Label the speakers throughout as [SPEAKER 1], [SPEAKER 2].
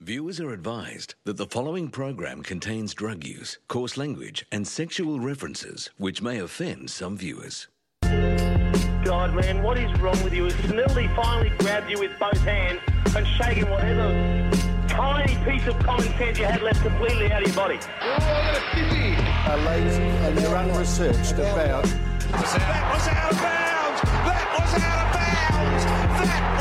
[SPEAKER 1] Viewers are advised that the following program contains drug use, coarse language, and sexual references, which may offend some viewers.
[SPEAKER 2] God, man, what is wrong with you? Snilly finally grabbed you with both hands and shaken whatever tiny piece of common sense you had left completely out of your body.
[SPEAKER 3] are lazy and they're unresearched about
[SPEAKER 4] That was out of bounds. That was out of bounds. That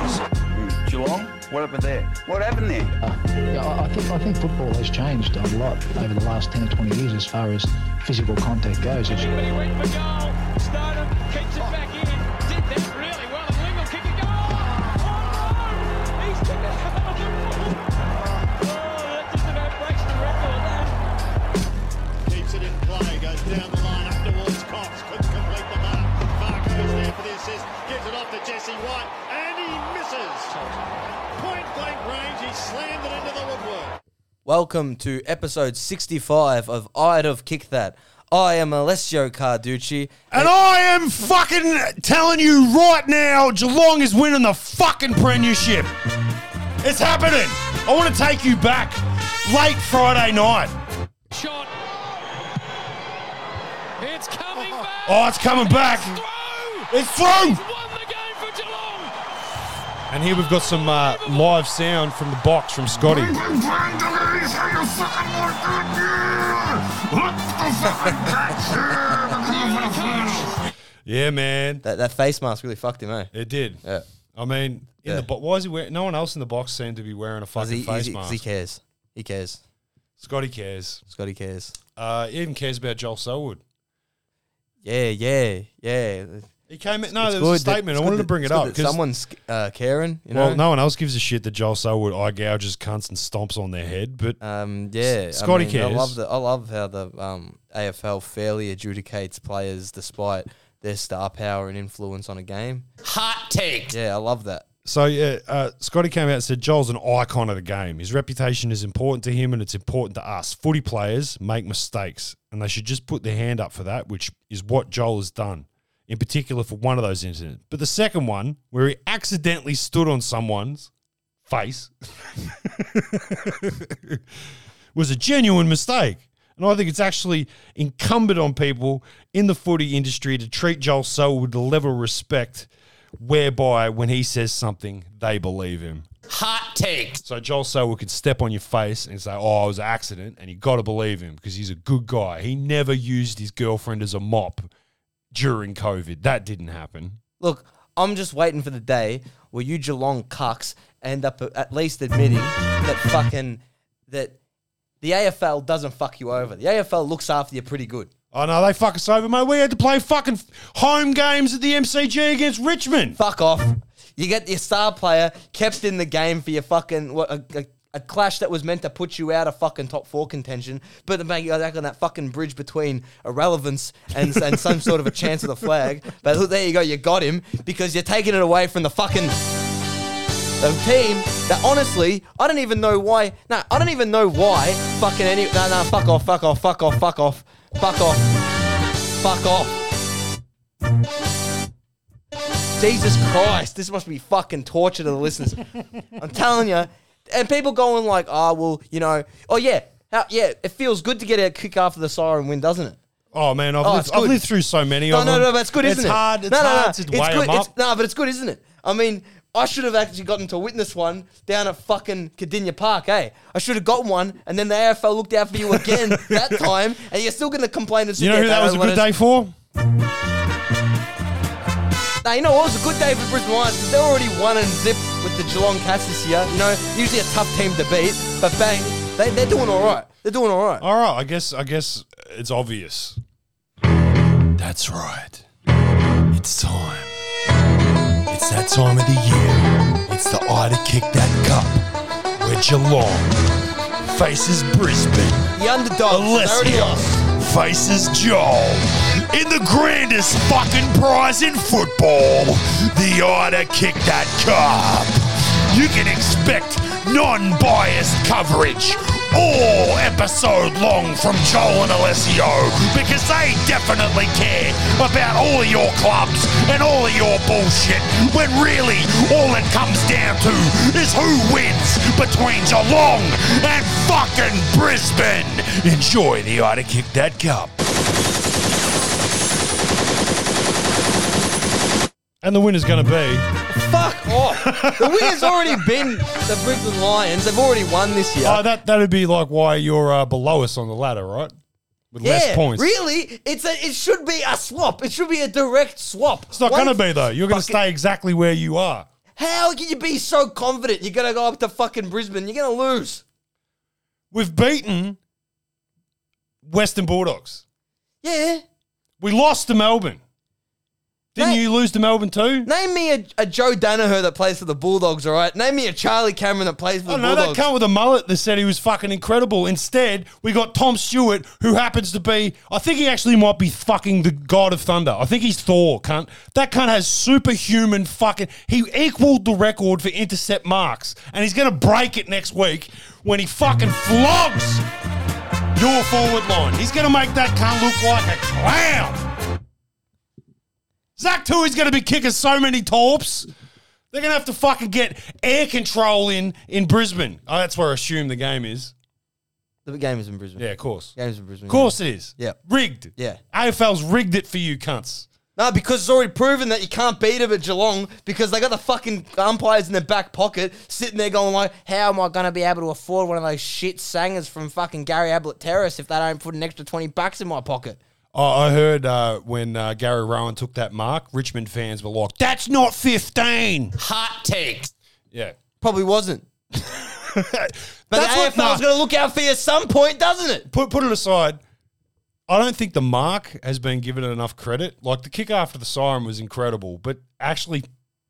[SPEAKER 4] was out of bounds.
[SPEAKER 5] Geelong? What happened there? What happened there?
[SPEAKER 6] Yeah, I I think I think football has changed a lot over the last ten or twenty years as far as physical contact goes. It's-
[SPEAKER 7] He went for goal. Stodum kicks it back in. Did that really well. And Wingle kicked a goal. Oh, no! He's kicked it out of the ball. Oh, that just about breaks the record. That.
[SPEAKER 8] Keeps it in play, goes down the line up towards Cox, couldn't complete the mark. Marco's there for the assist, gives it off to Jesse White, and he misses. Point blank range, he slammed it into the woodwork.
[SPEAKER 9] Welcome to episode 65 of I'd Have Kicked That. I am Alessio Carducci.
[SPEAKER 4] And I am fucking telling you right now, Geelong is winning the fucking premiership. It's happening. I want to take you back late Friday night.
[SPEAKER 7] Shot. It's coming back.
[SPEAKER 4] Oh, it's coming back.
[SPEAKER 7] Through.
[SPEAKER 4] It's through.
[SPEAKER 7] Won the game for Geelong.
[SPEAKER 4] And here we've got some uh, live sound from the box from Scotty. Yeah, man.
[SPEAKER 9] That, that face mask really fucked him, eh?
[SPEAKER 4] It did.
[SPEAKER 9] Yeah.
[SPEAKER 4] I mean, in
[SPEAKER 9] Yeah.
[SPEAKER 4] the bo- why is he wearing? No one else in the box seemed to be wearing a
[SPEAKER 9] 'Cause
[SPEAKER 4] fucking
[SPEAKER 9] he,
[SPEAKER 4] face
[SPEAKER 9] he- 'cause
[SPEAKER 4] mask.
[SPEAKER 9] he cares. He cares.
[SPEAKER 4] Scotty cares.
[SPEAKER 9] Scotty cares.
[SPEAKER 4] Uh, he even cares about Joel Selwood.
[SPEAKER 9] Yeah, yeah, yeah.
[SPEAKER 4] He came in. No,
[SPEAKER 9] It's
[SPEAKER 4] there was a
[SPEAKER 9] good that-
[SPEAKER 4] statement.
[SPEAKER 9] it's
[SPEAKER 4] I
[SPEAKER 9] good
[SPEAKER 4] wanted
[SPEAKER 9] that-
[SPEAKER 4] to bring
[SPEAKER 9] it's
[SPEAKER 4] it
[SPEAKER 9] good
[SPEAKER 4] up
[SPEAKER 9] that
[SPEAKER 4] because
[SPEAKER 9] Someone's uh, caring, you know?
[SPEAKER 4] well, no one else gives a shit that Joel Selwood eye gouges cunts and stomps on their head, but
[SPEAKER 9] Um, yeah,
[SPEAKER 4] S- Scotty
[SPEAKER 9] I mean,
[SPEAKER 4] cares.
[SPEAKER 9] I love the, I love how the um, AFL fairly adjudicates players despite their star power and influence on a game. Hot take. Yeah, I love that.
[SPEAKER 4] So yeah, uh, Scotty came out and said Joel's an icon of the game. His reputation is important to him, and it's important to us. Footy players make mistakes, and they should just put their hand up for that, which is what Joel has done, in particular for one of those incidents. But the second one, where he accidentally stood on someone's face, was a genuine mistake. And I think it's actually incumbent on people in the footy industry to treat Joel Selwood with the level of respect whereby when he says something, they believe him. Hot take. So Joel Selwood could step on your face and say, "Oh, it was an accident," and you got to believe him because he's a good guy. He never used his girlfriend as a mop during COVID. That didn't happen.
[SPEAKER 9] Look, I'm just waiting for the day where you Geelong cucks end up at least admitting that fucking that the AFL doesn't fuck you over. The AFL looks after you pretty good.
[SPEAKER 4] Oh no, they fuck us over, mate. We had to play fucking home games at the MCG against Richmond.
[SPEAKER 9] Fuck off. You get your star player kept in the game for your fucking what a, a, a clash that was meant to put you out of fucking top four contention, but to make you back on that fucking bridge between irrelevance and, and some sort of a chance of the flag. But look, there you go, you got him because you're taking it away from the fucking the team that honestly, I don't even know why. No, I don't even know why fucking any. No, no, fuck off, fuck off, fuck off, fuck off, fuck off, fuck off. Jesus Christ, this must be fucking torture to the listeners. I'm telling you. And people going like, oh, well, you know, oh, yeah, how, yeah, it feels good to get a kick after the siren win, doesn't it?
[SPEAKER 4] Oh man, I've,
[SPEAKER 9] Oh,
[SPEAKER 4] lived,
[SPEAKER 9] it's
[SPEAKER 4] I've
[SPEAKER 9] good.
[SPEAKER 4] lived through so many
[SPEAKER 9] No,
[SPEAKER 4] of
[SPEAKER 9] no,
[SPEAKER 4] them.
[SPEAKER 9] no, but it's good,
[SPEAKER 4] it's
[SPEAKER 9] isn't it?
[SPEAKER 4] Hard, it's
[SPEAKER 9] no, no, no,
[SPEAKER 4] hard to
[SPEAKER 9] it's
[SPEAKER 4] weigh
[SPEAKER 9] good.
[SPEAKER 4] them up.
[SPEAKER 9] It's, no, but it's good, isn't it? I mean, I should have actually gotten to witness one down at fucking Cadinia Park, eh? I should have gotten one, and then the AFL looked out for you again that time, and you're still going to complain. and
[SPEAKER 4] you know
[SPEAKER 9] sit
[SPEAKER 4] who
[SPEAKER 9] there,
[SPEAKER 4] that was a
[SPEAKER 9] "Don't
[SPEAKER 4] good
[SPEAKER 9] let us-"
[SPEAKER 4] day for?
[SPEAKER 9] Now, you know what was a good day for Brisbane Lions? 'Cause They're already one and zip with the Geelong Cats this year. You know, usually a tough team to beat, but bang, they, they're doing all right. They're doing all right.
[SPEAKER 4] All right, I guess I guess it's obvious. That's right. It's time. It's that time of the year. It's the eye to kick that cup. Where Geelong faces Brisbane.
[SPEAKER 9] The underdogs, they already
[SPEAKER 4] Alessio
[SPEAKER 9] lost.
[SPEAKER 4] faces Joel. In the grandest fucking prize in football, the eye to kick that cup. You can expect non-biased coverage all episode long from Joel and Alessio because they definitely care about all of your clubs and all of your bullshit when really all it comes down to is who wins between Geelong and fucking Brisbane. Enjoy the Ida Kick That Cup. And the winner's going to be.
[SPEAKER 9] Fuck off. The winner's already been the Brisbane Lions. They've already won this year.
[SPEAKER 4] Oh, that, that'd be like why you're uh, below us on the ladder, right? With less
[SPEAKER 9] yeah,
[SPEAKER 4] points.
[SPEAKER 9] really? It's a, it should be a swap. It should be a direct swap.
[SPEAKER 4] It's not going to be, though. You're going to stay exactly where you are.
[SPEAKER 9] How can you be so confident? You're going to go up to fucking Brisbane. You're going to lose.
[SPEAKER 4] We've beaten Western Bulldogs.
[SPEAKER 9] Yeah.
[SPEAKER 4] We lost to Melbourne. Didn't
[SPEAKER 9] Mate.
[SPEAKER 4] you lose to Melbourne too?
[SPEAKER 9] Name me a, a Joe Danaher that plays for the Bulldogs, all right? Name me a Charlie Cameron that plays for
[SPEAKER 4] I
[SPEAKER 9] the
[SPEAKER 4] don't know. Oh, That
[SPEAKER 9] Bulldogs.
[SPEAKER 4] cunt with a mullet that said he was fucking incredible. Instead, we got Tom Stewart, who happens to be, I think he actually might be fucking the god of thunder. I think he's Thor, cunt. That cunt has superhuman fucking. He equaled the record for intercept marks, and he's going to break it next week when he fucking flogs your forward line. He's going to make that cunt look like a clown. Zach Tui's going to be kicking so many torps. They're gonna have to fucking get air control in in Brisbane. Oh, that's where I assume the game is.
[SPEAKER 9] the game is in Brisbane.
[SPEAKER 4] Yeah, of course.
[SPEAKER 9] Game is in Brisbane.
[SPEAKER 4] Of course it is.
[SPEAKER 9] Yeah.
[SPEAKER 4] Rigged.
[SPEAKER 9] Yeah.
[SPEAKER 4] AFL's rigged it for you cunts.
[SPEAKER 9] No, because it's already proven that you can't beat them at Geelong because they got the fucking umpires in their back pocket sitting there going like, how am I going to be able to afford one of those shit sangers from fucking Gary Ablett Terrace if they don't put an extra 20 bucks in my pocket?
[SPEAKER 4] Oh, I heard uh, when uh, Gary Rowan took that mark, Richmond fans were like, "That's not 15."
[SPEAKER 9] Hot takes.
[SPEAKER 4] Yeah.
[SPEAKER 9] Probably wasn't. But
[SPEAKER 4] That's what-
[SPEAKER 9] the
[SPEAKER 4] nah.
[SPEAKER 9] AFL's going to look out for you at some point, doesn't it?
[SPEAKER 4] put put it aside. I don't think the mark has been given enough credit. Like the kick after the siren was incredible, but actually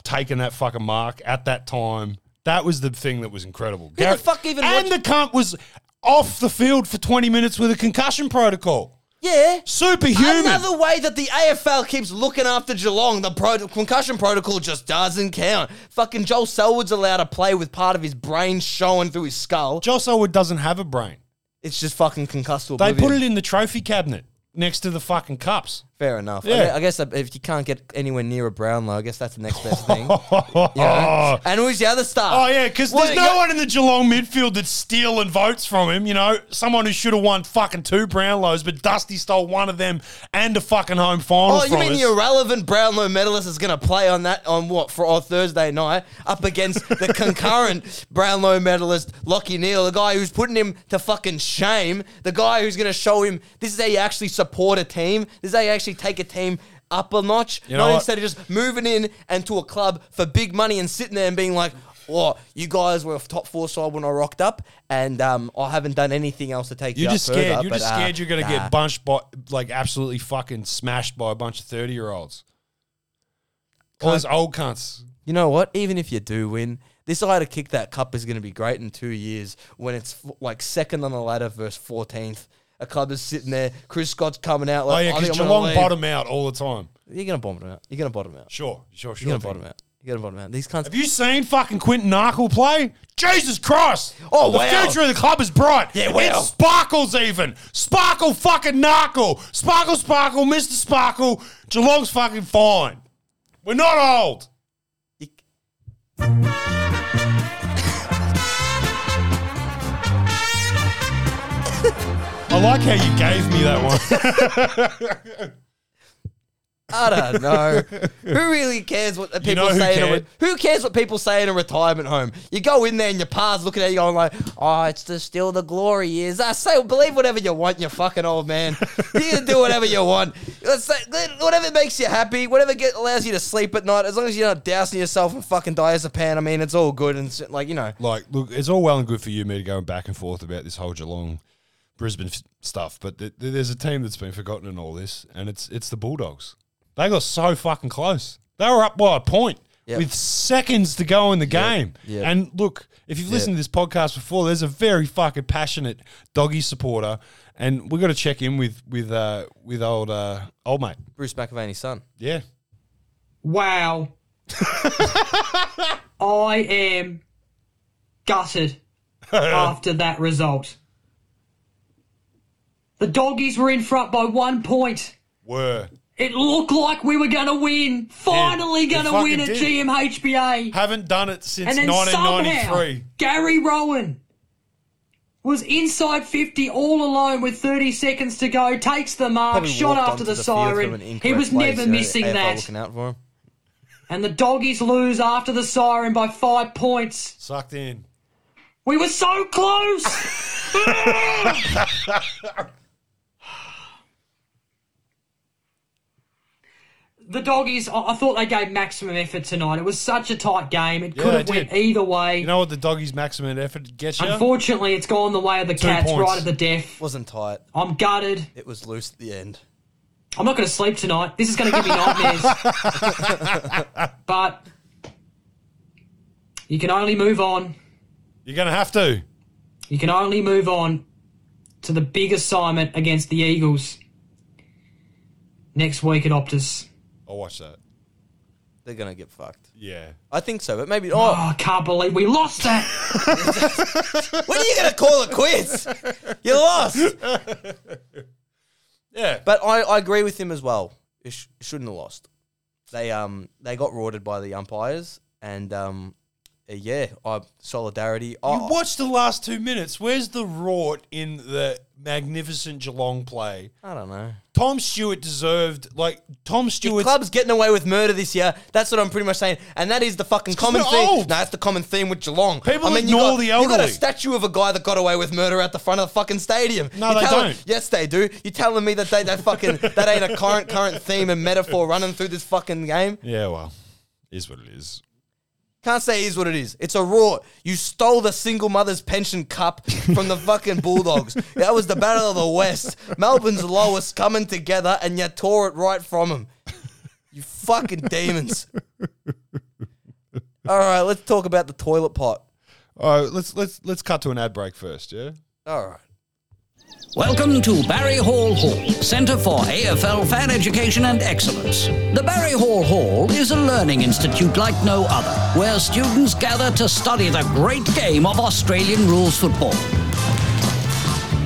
[SPEAKER 4] taking that fucking mark at that time, that was the thing that was incredible.
[SPEAKER 9] Who the fuck even
[SPEAKER 4] and the
[SPEAKER 9] watched-
[SPEAKER 4] cunt was off the field for twenty minutes with a concussion protocol.
[SPEAKER 9] Yeah.
[SPEAKER 4] Superhuman.
[SPEAKER 9] Another way that the AFL keeps looking after Geelong, the pro- concussion protocol just doesn't count. Fucking Joel Selwood's allowed to play with part of his brain showing through his skull.
[SPEAKER 4] Joel Selwood doesn't have a brain.
[SPEAKER 9] It's just fucking concussed to
[SPEAKER 4] They
[SPEAKER 9] oblivion.
[SPEAKER 4] put it in the trophy cabinet next to the fucking cups.
[SPEAKER 9] Fair enough.
[SPEAKER 4] Yeah.
[SPEAKER 9] I, gue- I guess that if you can't get anywhere near a Brownlow, I guess that's the next best thing. You know? And who's the other star?
[SPEAKER 4] Oh yeah, because
[SPEAKER 9] Well,
[SPEAKER 4] there's
[SPEAKER 9] you
[SPEAKER 4] no
[SPEAKER 9] got-
[SPEAKER 4] one in the Geelong midfield that's stealing votes from him. You know, someone who should have won fucking two Brownlows, but Dusty stole one of them and a fucking home final.
[SPEAKER 9] Oh, you
[SPEAKER 4] from
[SPEAKER 9] mean
[SPEAKER 4] us.
[SPEAKER 9] the irrelevant Brownlow medalist is going to play on that on what for on Thursday night up against the concurrent Brownlow medalist Lockie Neal, the guy who's putting him to fucking shame, the guy who's going to show him this is how you actually support a team, this is how you actually take a team up a notch,
[SPEAKER 4] You know
[SPEAKER 9] not
[SPEAKER 4] what?
[SPEAKER 9] instead of just moving in and to a club for big money and sitting there and being like. Oh, you guys were a top four side when I rocked up, and um, I haven't done anything else to take you
[SPEAKER 4] You're
[SPEAKER 9] up
[SPEAKER 4] just scared.
[SPEAKER 9] further,
[SPEAKER 4] You're
[SPEAKER 9] but,
[SPEAKER 4] just
[SPEAKER 9] uh,
[SPEAKER 4] scared you're gonna
[SPEAKER 9] nah.
[SPEAKER 4] get bunched by like absolutely fucking smashed by a bunch of thirty year olds. All those old cunts.
[SPEAKER 9] You know what? Even if you do win, this I to kick that cup is going to be great in two years when it's f- like second on the ladder versus fourteenth. A club is sitting there. Chris Scott's coming out.
[SPEAKER 4] Oh
[SPEAKER 9] Like,
[SPEAKER 4] yeah,
[SPEAKER 9] I think
[SPEAKER 4] because
[SPEAKER 9] I'm gonna
[SPEAKER 4] Geelong
[SPEAKER 9] leave.
[SPEAKER 4] bottom out all the time.
[SPEAKER 9] You're gonna bottom out. You're gonna bottom out.
[SPEAKER 4] Sure, sure, sure.
[SPEAKER 9] You're gonna
[SPEAKER 4] thing.
[SPEAKER 9] bottom out. You're gonna bottom out. These cunts.
[SPEAKER 4] Have you seen fucking Quentin Narkle play? Jesus Christ!
[SPEAKER 9] Oh,
[SPEAKER 4] the
[SPEAKER 9] wow.
[SPEAKER 4] future of the club is bright. Yeah,
[SPEAKER 9] wow.
[SPEAKER 4] it sparkles even. Sparkle fucking Narkle. Sparkle, sparkle, Mister Sparkle. Geelong's fucking fine. We're not old.
[SPEAKER 9] You-
[SPEAKER 4] I like how you gave me that one.
[SPEAKER 9] I don't know. Who really cares what the people
[SPEAKER 4] know who
[SPEAKER 9] say? in a,
[SPEAKER 4] cared?
[SPEAKER 9] re- who cares what people say in a retirement home? You go in there and your pa's looking at you going like, "Oh, it's the, still the glory years." I say, believe whatever you want, you fucking old man. You can do whatever you want. Let's say, let- whatever makes you happy, whatever get, allows you to sleep at night, as long as you're not dousing yourself in fucking diazepam. I mean, it's all good and s- like you know.
[SPEAKER 4] like, look, it's all well and good for you, me, to go back and forth about this whole Geelong, Brisbane f- stuff, but th- th- there's a team that's been forgotten in all this, and it's it's the Bulldogs. They got so fucking close. They were up by a point
[SPEAKER 9] Yep.
[SPEAKER 4] with seconds to go in the game.
[SPEAKER 9] yep.
[SPEAKER 4] And look, if you've listened to this podcast before, there's a very fucking passionate doggy supporter, and we got to check in with with uh, with old uh, old mate.
[SPEAKER 9] Bruce McAvaney's son.
[SPEAKER 4] Yeah,
[SPEAKER 10] Wow. I am gutted after that result. The doggies were in front by one point.
[SPEAKER 4] were
[SPEAKER 10] It looked like we were going to win. Finally,
[SPEAKER 4] Yeah,
[SPEAKER 10] going
[SPEAKER 4] we
[SPEAKER 10] to
[SPEAKER 4] fucking
[SPEAKER 10] win at
[SPEAKER 4] did.
[SPEAKER 10] GMHBA.
[SPEAKER 4] Haven't done it since
[SPEAKER 10] and then
[SPEAKER 4] 1993.
[SPEAKER 10] somehow Gary Rowan was inside 50 all alone with 30 seconds to go, takes the mark,
[SPEAKER 9] Probably
[SPEAKER 10] Oh, shot
[SPEAKER 9] walked
[SPEAKER 10] after
[SPEAKER 9] onto
[SPEAKER 10] the,
[SPEAKER 9] the field from
[SPEAKER 10] siren.
[SPEAKER 9] an
[SPEAKER 10] He
[SPEAKER 9] incorrect
[SPEAKER 10] was
[SPEAKER 9] place,
[SPEAKER 10] never
[SPEAKER 9] uh,
[SPEAKER 10] missing
[SPEAKER 9] AFL
[SPEAKER 10] that.
[SPEAKER 9] looking out for him.
[SPEAKER 10] And the doggies lose after the siren by five points.
[SPEAKER 4] Sucked in.
[SPEAKER 10] We were so close! the doggies, I I thought they gave maximum effort tonight. It was such a tight game. It
[SPEAKER 4] Yeah,
[SPEAKER 10] could have
[SPEAKER 4] they
[SPEAKER 10] went
[SPEAKER 4] did.
[SPEAKER 10] either way.
[SPEAKER 4] You know what the doggies' maximum effort gets you?
[SPEAKER 10] Unfortunately, it's gone the way of the
[SPEAKER 4] Two
[SPEAKER 10] cats,
[SPEAKER 4] points.
[SPEAKER 10] right at the death.
[SPEAKER 9] Wasn't tight.
[SPEAKER 10] I'm gutted.
[SPEAKER 9] It was loose at the end.
[SPEAKER 10] I'm not going to sleep tonight. This is going to give me nightmares. but you can only move on.
[SPEAKER 4] You're going to have to.
[SPEAKER 10] You can only move on to the big assignment against the Eagles next week at Optus.
[SPEAKER 4] I'll watch that.
[SPEAKER 9] They're gonna get fucked.
[SPEAKER 4] Yeah.
[SPEAKER 9] I think so, but maybe.
[SPEAKER 10] Oh,
[SPEAKER 9] Oh,
[SPEAKER 10] I can't believe we lost that.
[SPEAKER 9] when are you gonna call it quits? You lost.
[SPEAKER 4] Yeah.
[SPEAKER 9] But I, I agree with him as well. It sh- shouldn't have lost. They um they got rorted by the umpires and um uh, yeah, I solidarity. I,
[SPEAKER 4] You watched the last two minutes. Where's the rort in the magnificent Geelong play?
[SPEAKER 9] I don't know.
[SPEAKER 4] Tom Stewart deserved like Tom
[SPEAKER 9] Your
[SPEAKER 4] Stewart.
[SPEAKER 9] club's getting away with murder this year. That's what I'm pretty much saying, and that is the fucking common
[SPEAKER 4] they're
[SPEAKER 9] theme.
[SPEAKER 4] old.
[SPEAKER 9] No, that's the common theme with Geelong.
[SPEAKER 4] People
[SPEAKER 9] you
[SPEAKER 4] ignore
[SPEAKER 9] got,
[SPEAKER 4] the
[SPEAKER 9] You got a
[SPEAKER 4] elderly.
[SPEAKER 9] statue of a guy that got away with murder at the front of the fucking stadium.
[SPEAKER 4] No,
[SPEAKER 9] You're
[SPEAKER 4] they
[SPEAKER 9] telling-
[SPEAKER 4] don't.
[SPEAKER 9] Yes, they do. You're telling me that they that fucking that ain't a current current theme and metaphor running through this fucking game.
[SPEAKER 4] yeah, well, is what it is.
[SPEAKER 9] Can't say it is what it is. It's a rort. You stole the single mother's pension cup from the fucking Bulldogs. That was the Battle of the West. Melbourne's lowest coming together, and you tore it right from them. You fucking demons. All right, let's talk about the toilet pot.
[SPEAKER 4] All right, let's let's let's cut to an ad break first. Yeah.
[SPEAKER 9] All right.
[SPEAKER 11] Welcome to Barry Hall Hall, Centre for AFL Fan Education and Excellence. The Barry Hall Hall is a learning institute like no other, where students gather to study the great game of Australian rules football.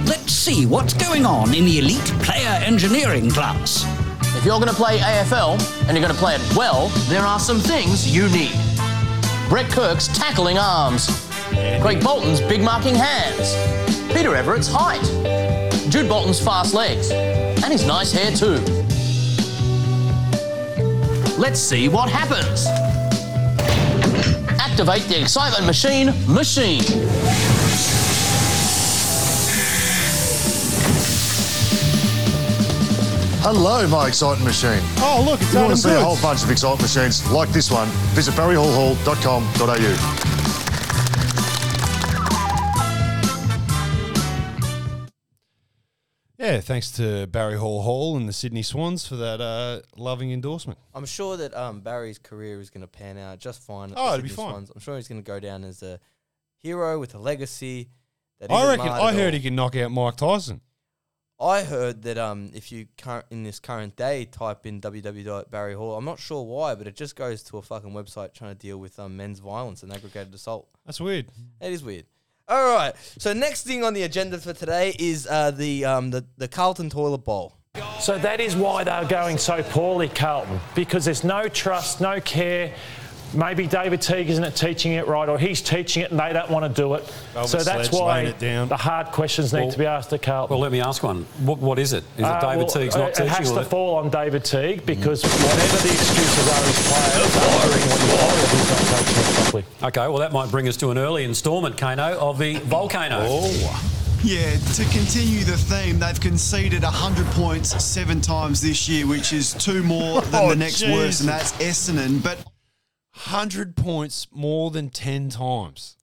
[SPEAKER 11] Let's see what's going on in the elite player engineering class.
[SPEAKER 12] If you're going to play AFL and you're going to play it well, there are some things you need. Brett Kirk's tackling arms, Greg Bolton's big marking hands, Peter Everett's height, Jude Bolton's fast legs, and his nice hair too. Let's see what happens. Activate the excitement machine, machine.
[SPEAKER 3] Hello, my exciting machine.
[SPEAKER 4] Oh look, it's
[SPEAKER 3] If you want
[SPEAKER 4] Adam
[SPEAKER 3] to see a whole
[SPEAKER 4] Goods.
[SPEAKER 3] bunch of exciting machines like this one, visit barryhallhall.com.au.
[SPEAKER 4] Yeah, thanks to Barry Hall Hall and the Sydney Swans for that uh, loving endorsement.
[SPEAKER 9] I'm sure that um, Barry's career is going to pan out just fine. at
[SPEAKER 4] Oh,
[SPEAKER 9] the
[SPEAKER 4] it'll be
[SPEAKER 9] Sydney
[SPEAKER 4] fine.
[SPEAKER 9] Swans. I'm sure he's going to go down as a hero with a legacy. That
[SPEAKER 4] I
[SPEAKER 9] isn't
[SPEAKER 4] reckon.
[SPEAKER 9] marred
[SPEAKER 4] I
[SPEAKER 9] at
[SPEAKER 4] heard
[SPEAKER 9] all.
[SPEAKER 4] he can knock out Mike Tyson.
[SPEAKER 9] I heard that um, if you current in this current day type in www.barry hall, I'm not sure why, but it just goes to a fucking website trying to deal with um, men's violence and aggregated assault.
[SPEAKER 4] That's weird.
[SPEAKER 9] That is weird. All right. So next thing on the agenda for today is uh, the um, the the Carlton toilet bowl.
[SPEAKER 13] So that is why they are going so poorly, Carlton, because there's no trust, no care. Maybe David Teague isn't teaching it right, or he's teaching it and they don't want to do it.
[SPEAKER 4] Velvet
[SPEAKER 13] so that's
[SPEAKER 4] sledge,
[SPEAKER 13] why
[SPEAKER 4] laying it down.
[SPEAKER 13] the hard questions need to be asked to Carlton.
[SPEAKER 12] Well, let me ask one. What, what is it? Is it
[SPEAKER 13] Uh,
[SPEAKER 12] David
[SPEAKER 13] well,
[SPEAKER 12] Teague's
[SPEAKER 13] it-
[SPEAKER 12] not
[SPEAKER 13] It has
[SPEAKER 12] teaching?
[SPEAKER 13] to
[SPEAKER 12] Or the,
[SPEAKER 13] fall on David Teague because whatever the excuses are, his players are doing what he wants, he's not coaching it properly.
[SPEAKER 12] okay, well, that might bring us to an early instalment, Kano, of the volcano.
[SPEAKER 8] Yeah, to continue the theme, they've conceded 100 points seven times this year, which is two more than
[SPEAKER 4] Oh,
[SPEAKER 8] the next worst,
[SPEAKER 4] Jesus.
[SPEAKER 8] and that's Essendon. But
[SPEAKER 4] Hundred points more than ten times,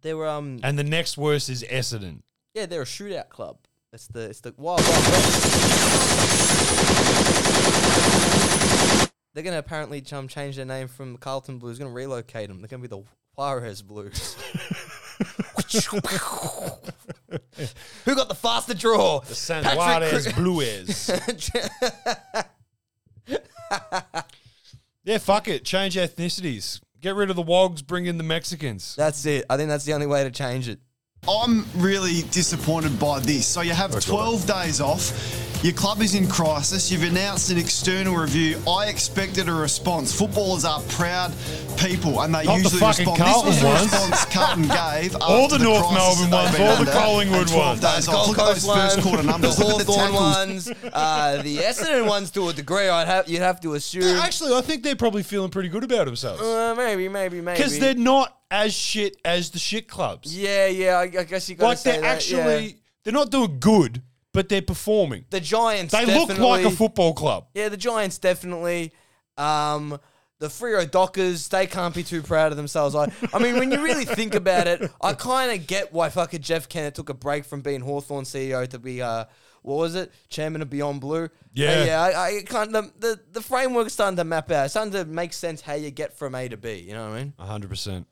[SPEAKER 9] They were um
[SPEAKER 4] and the next worst is Essendon.
[SPEAKER 9] yeah they're a shootout club. It's the it's the wild wild West. They're gonna apparently um, change their name from Carlton Blues. Gonna relocate them. They're gonna be the Juarez Blues. Who got the faster draw?
[SPEAKER 4] The San
[SPEAKER 9] Patrick
[SPEAKER 4] Juarez
[SPEAKER 9] Cri-
[SPEAKER 4] Blues. yeah, fuck it. Change ethnicities. Get rid of the Wogs. Bring in the Mexicans.
[SPEAKER 9] That's it. I think that's the only way to change it.
[SPEAKER 4] Oh,
[SPEAKER 8] I'm really disappointed by this. So you have 12 days off.
[SPEAKER 14] Your club is in crisis. You've announced an external review. I expected a response. Footballers are proud people, and they
[SPEAKER 4] Not the
[SPEAKER 14] usually
[SPEAKER 4] fucking
[SPEAKER 14] respond.
[SPEAKER 4] Carlton
[SPEAKER 14] this was the
[SPEAKER 4] ones.
[SPEAKER 14] response Carlton gave.
[SPEAKER 4] All
[SPEAKER 14] after
[SPEAKER 4] the North
[SPEAKER 14] crisis
[SPEAKER 4] Melbourne
[SPEAKER 14] they've
[SPEAKER 4] ones,
[SPEAKER 14] been
[SPEAKER 4] all the
[SPEAKER 14] under,
[SPEAKER 4] Collingwood
[SPEAKER 14] and 12
[SPEAKER 4] ones.
[SPEAKER 14] Days off.
[SPEAKER 9] Gold
[SPEAKER 14] Look at those
[SPEAKER 9] Coast
[SPEAKER 14] first
[SPEAKER 9] ones,
[SPEAKER 14] quarter numbers.
[SPEAKER 9] The
[SPEAKER 14] Look at the
[SPEAKER 9] Hawthorn
[SPEAKER 14] tackles.
[SPEAKER 9] ones, uh, the Essendon ones to a degree. I'd have you'd have to assume.
[SPEAKER 4] Actually, I think they're probably feeling pretty good about themselves
[SPEAKER 9] Uh, maybe, maybe, maybe.
[SPEAKER 4] because they're not as shit as the shit clubs.
[SPEAKER 9] Yeah, yeah. I, I guess you got
[SPEAKER 4] Like they're actually they're not doing good, but they're performing.
[SPEAKER 9] The Giants.
[SPEAKER 4] They look like a
[SPEAKER 9] definitely-
[SPEAKER 4] football club.
[SPEAKER 9] Yeah, the Giants definitely. Um, the Frio Dockers, they can't be too proud of themselves. I, I mean, when you really think about it, I kind of get why fucking Jeff Kennett took a break from being Hawthorn CEO to be, uh, what was it, chairman of Beyond Blue.
[SPEAKER 4] Yeah.
[SPEAKER 9] Uh, yeah. I, I kind of the the framework's starting to map out. It's starting to make sense how you get from A to B. You know what I mean?
[SPEAKER 4] hundred percent.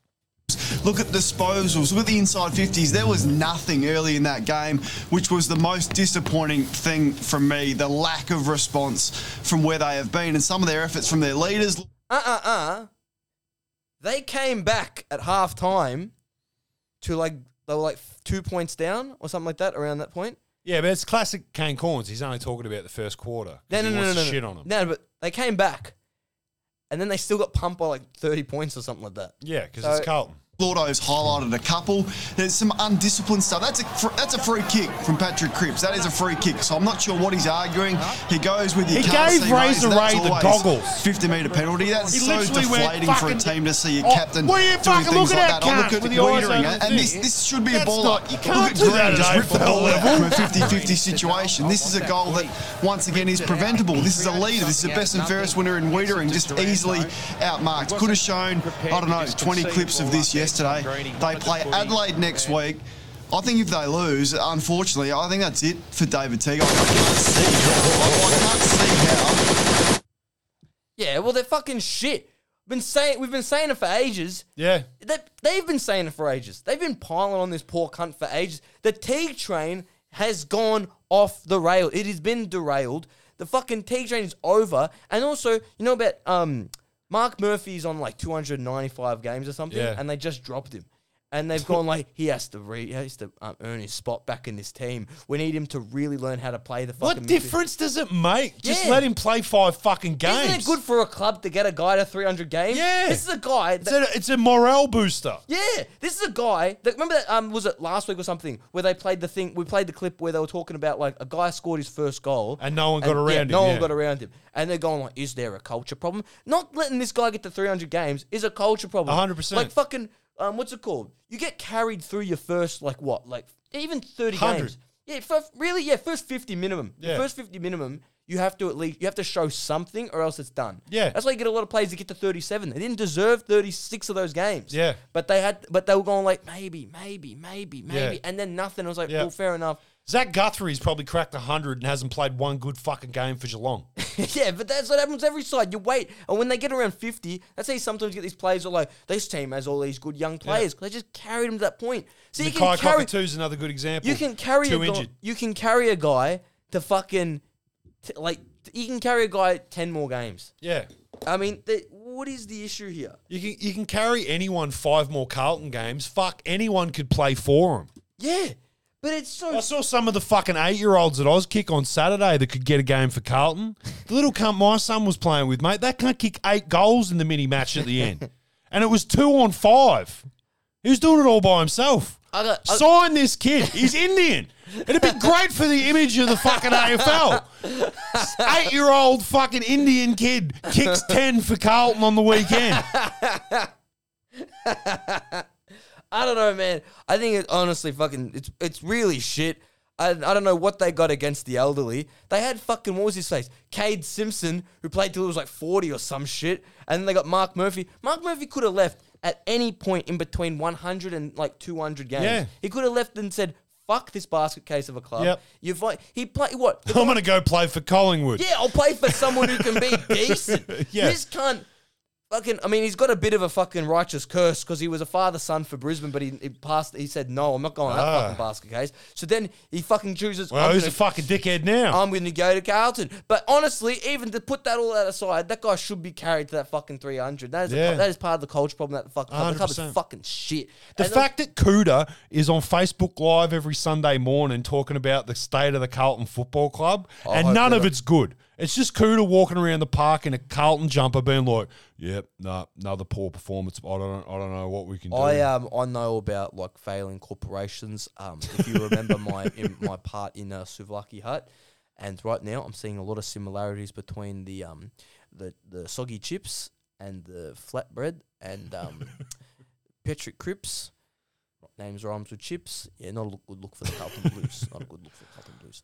[SPEAKER 14] Look at disposals. With the inside 50s, there was nothing early in that game, which was the most disappointing thing from me the lack of response from where they have been and some of their efforts from their leaders.
[SPEAKER 9] Uh uh uh. They came back at half time to like they were like two points down or something like that around that point.
[SPEAKER 4] Yeah, but it's classic Kane Corns. He's only talking about the first quarter. 'cause
[SPEAKER 9] No, no,
[SPEAKER 4] he
[SPEAKER 9] no, no,
[SPEAKER 4] wants
[SPEAKER 9] no,
[SPEAKER 4] to
[SPEAKER 9] no.
[SPEAKER 4] shit on him.
[SPEAKER 9] No, but they came back, and then they still got pumped by like thirty points or something like that.
[SPEAKER 4] Yeah, because
[SPEAKER 9] So-
[SPEAKER 4] it's Carlton.
[SPEAKER 14] Lordo's highlighted a couple. There's some undisciplined stuff. That's a fr- that's a free kick from Patrick Cripps. That is a free kick. So I'm not sure what he's arguing. He goes with you.
[SPEAKER 4] He
[SPEAKER 14] can't
[SPEAKER 4] gave
[SPEAKER 14] see
[SPEAKER 4] Razor
[SPEAKER 14] That's
[SPEAKER 4] Ray the
[SPEAKER 14] always
[SPEAKER 4] goggles.
[SPEAKER 14] 50 metre penalty. That's
[SPEAKER 4] He
[SPEAKER 14] so
[SPEAKER 4] literally went
[SPEAKER 14] deflating for a
[SPEAKER 4] fucking-
[SPEAKER 14] team to see your
[SPEAKER 4] Oh,
[SPEAKER 14] captain
[SPEAKER 4] what are you
[SPEAKER 14] doing
[SPEAKER 4] fucking
[SPEAKER 14] things
[SPEAKER 4] looking
[SPEAKER 14] like
[SPEAKER 4] at,
[SPEAKER 14] that. I look
[SPEAKER 4] cunt,
[SPEAKER 14] at
[SPEAKER 4] with the eyes
[SPEAKER 14] Wietering,
[SPEAKER 4] over the
[SPEAKER 14] and this
[SPEAKER 4] thing?
[SPEAKER 14] this should be a
[SPEAKER 4] That's
[SPEAKER 14] ball.
[SPEAKER 4] not-
[SPEAKER 14] up.
[SPEAKER 4] you
[SPEAKER 14] Look
[SPEAKER 4] can't
[SPEAKER 14] at
[SPEAKER 4] do
[SPEAKER 14] Green
[SPEAKER 4] that at
[SPEAKER 14] just ripped the
[SPEAKER 4] AFL
[SPEAKER 14] ball out
[SPEAKER 4] level.
[SPEAKER 14] from a 50-50 situation. This is a goal that once again is preventable. This is a leader. This is the best and fairest winner in Wietering. Just easily outmarked. Could have shown I don't know 20 clips of this yesterday. They play Adelaide next week. I think if they lose, unfortunately, I think that's it for David Teague. I can't see how. I can't see how.
[SPEAKER 9] Yeah, well they're fucking shit. Been saying we've been saying it for ages.
[SPEAKER 4] Yeah.
[SPEAKER 9] They, they've been saying it for ages. They've been piling on this poor cunt for ages. The Teague train has gone off the rail. It has been derailed. The fucking Teague train is over. And also, you know about um, Mark Murphy's on like 295 games or something,
[SPEAKER 4] Yeah.
[SPEAKER 9] and they just dropped him. And they've gone like he has to re- he has to um, earn his spot back in this team. We need him to really learn how to play the fucking.
[SPEAKER 4] What
[SPEAKER 9] midfield.
[SPEAKER 4] difference does it make? Just
[SPEAKER 9] Yeah.
[SPEAKER 4] let him play five fucking games.
[SPEAKER 9] Isn't it good for a club to get a guy to 300 games?
[SPEAKER 4] Yeah.
[SPEAKER 9] This is a guy.
[SPEAKER 4] It's
[SPEAKER 9] that-
[SPEAKER 4] a, it's a morale booster.
[SPEAKER 9] yeah, this is a guy that remember that um was it last week or something where they played the thing we played the clip where they were talking about like a guy scored his first goal
[SPEAKER 4] And no one got around
[SPEAKER 9] yeah,
[SPEAKER 4] him,
[SPEAKER 9] No
[SPEAKER 4] yeah.
[SPEAKER 9] one got around him. And they're going like, is there a culture problem? Not letting this guy get to three hundred games is a culture problem.
[SPEAKER 4] 100%.
[SPEAKER 9] Like fucking um what's it called? You get carried through your first like what? Like even thirty
[SPEAKER 4] 100.
[SPEAKER 9] games. Yeah, fir- really, yeah, first fifty minimum.
[SPEAKER 4] Yeah.
[SPEAKER 9] Your first fifty minimum you have to at least you have to show something or else it's done.
[SPEAKER 4] Yeah.
[SPEAKER 9] That's why you get a lot of players that get to thirty seven. They didn't deserve thirty six of those games.
[SPEAKER 4] Yeah.
[SPEAKER 9] But they had, but they were going like maybe, maybe, maybe, maybe,
[SPEAKER 4] Yeah.
[SPEAKER 9] and then nothing. I was like,
[SPEAKER 4] Yeah.
[SPEAKER 9] well, fair enough.
[SPEAKER 4] Zach Guthrie's probably cracked 100 and hasn't played one good fucking game for Geelong.
[SPEAKER 9] yeah, but that's what happens every side. You wait, and when they get around fifty, that's how you sometimes get these players. Are like this team has all these good young players. 'cause They just carried them to that point. So you
[SPEAKER 4] Mackay
[SPEAKER 9] can carry.
[SPEAKER 4] Cockatoo's another good example.
[SPEAKER 9] You can carry
[SPEAKER 4] Too
[SPEAKER 9] a guy,
[SPEAKER 4] injured.
[SPEAKER 9] you can carry a guy to fucking t- like you can carry a guy ten more games.
[SPEAKER 4] Yeah.
[SPEAKER 9] I mean, th- what is the issue here?
[SPEAKER 4] You can you can carry anyone five more Carlton games. Fuck, anyone could play for him.
[SPEAKER 9] Yeah, but it's so.
[SPEAKER 4] I saw some of the fucking eight year olds at Auskick on Saturday that could get a game for Carlton. The little cunt my son was playing with, mate, that can't kick eight goals in the mini match at the end. and it was two on five. He was doing it all by himself.
[SPEAKER 9] I got, I-
[SPEAKER 4] Sign this kid. He's Indian. It'd be great for the image of the fucking AFL. Eight year old fucking Indian kid kicks 10 for Carlton on the weekend.
[SPEAKER 9] I don't know, man. I think it honestly fucking it's it's really shit. I, I don't know what they got against the elderly. They had fucking what was his face? Cade Simpson, who played till he was like forty or some shit, and then they got Mark Murphy. Mark Murphy could have left at any point in between one hundred and like two hundred games.
[SPEAKER 4] Yeah.
[SPEAKER 9] He could have left and said, "Fuck this basket case of a club."
[SPEAKER 4] Yep.
[SPEAKER 9] You've like he played what?
[SPEAKER 4] I'm going to go play for Collingwood.
[SPEAKER 9] Yeah, I'll play for someone who can be decent.
[SPEAKER 4] Yeah.
[SPEAKER 9] This cunt fucking. I mean, he's got a bit of a fucking righteous curse because he was a father son for Brisbane, but he, he passed. He said, "No, I'm not going on that
[SPEAKER 4] Ah.
[SPEAKER 9] fucking basket case." So then he fucking chooses.
[SPEAKER 4] Well,
[SPEAKER 9] "I'm
[SPEAKER 4] who's
[SPEAKER 9] gonna-
[SPEAKER 4] a fucking dickhead now?
[SPEAKER 9] I'm going to go to Carlton. But honestly, even to put that all out aside, that guy should be carried to that fucking 300. That is,
[SPEAKER 4] Yeah.
[SPEAKER 9] a, that is part of the culture problem. That fucking club. the club is
[SPEAKER 4] 100%.
[SPEAKER 9] fucking shit.
[SPEAKER 4] The
[SPEAKER 9] And
[SPEAKER 4] fact that Cooter is on Facebook Live every Sunday morning talking about the state of the Carlton Football Club,
[SPEAKER 15] I
[SPEAKER 4] and
[SPEAKER 15] hope
[SPEAKER 4] none
[SPEAKER 15] they
[SPEAKER 4] of
[SPEAKER 15] don't.
[SPEAKER 4] it's good. It's just Cooter walking around the park in a Carlton jumper, being like, "Yep, nah, another poor performance. I don't, I don't know what we can do."
[SPEAKER 9] I um I know about like failing corporations. Um, if you remember my in, my part in uh, Suvlaki Hut, and right now I'm seeing a lot of similarities between the um the the soggy chips and the flatbread and um Patrick Cripps. Names rhymes with chips. Yeah, not a look, good look for the Carlton Blues. Not a good look for the Carlton Blues.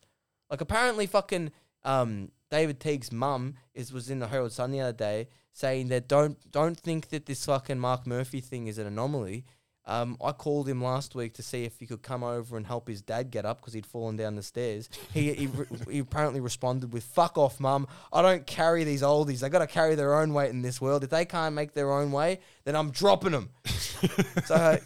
[SPEAKER 9] Like apparently, fucking um, David Teague's mum is was in the Herald Sun the other day saying that don't don't think that this fucking Mark Murphy thing is an anomaly. Um, I called him last week to see if he could come over and help his dad get up because he'd fallen down the stairs. He he, re- he apparently responded with "fuck off, mum. I don't carry these oldies. They got to carry their own weight in this world. If they can't make their own way, then I'm dropping them." so uh,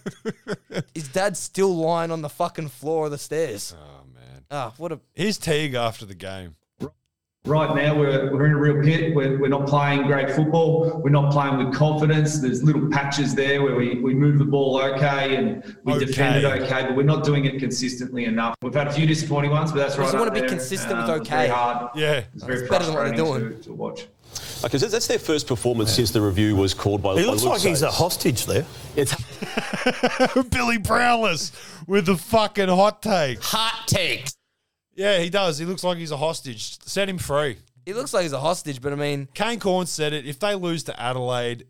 [SPEAKER 9] his dad's still lying on the fucking floor of the stairs.
[SPEAKER 4] Oh man!
[SPEAKER 9] Ah, what a
[SPEAKER 4] here's Teague after the game.
[SPEAKER 16] Right now, we're, we're in a real pit. We're, we're not playing great football. We're not playing with confidence. There's little patches there where we, we move the ball okay and we defend it okay, but we're not doing it consistently enough. We've had a few disappointing ones, but that's right.
[SPEAKER 9] Because you
[SPEAKER 16] up
[SPEAKER 9] want to be
[SPEAKER 16] there.
[SPEAKER 9] consistent
[SPEAKER 16] Um,
[SPEAKER 9] with
[SPEAKER 16] it's very
[SPEAKER 9] okay.
[SPEAKER 16] hard.
[SPEAKER 4] Yeah,
[SPEAKER 16] It's very
[SPEAKER 9] better than what they're
[SPEAKER 16] frustrating
[SPEAKER 9] doing.
[SPEAKER 16] To, to watch.
[SPEAKER 17] Okay, so that's their first performance since the review was called by.
[SPEAKER 15] He looks like he's a
[SPEAKER 17] hostage there. It's
[SPEAKER 4] Billy Browless with the fucking hot take.
[SPEAKER 12] Hot takes.
[SPEAKER 4] Yeah, he does. He looks like he's a hostage. Set him free.
[SPEAKER 9] He looks like he's a hostage, but I mean,
[SPEAKER 4] Kane Corn said it. If they lose to Adelaide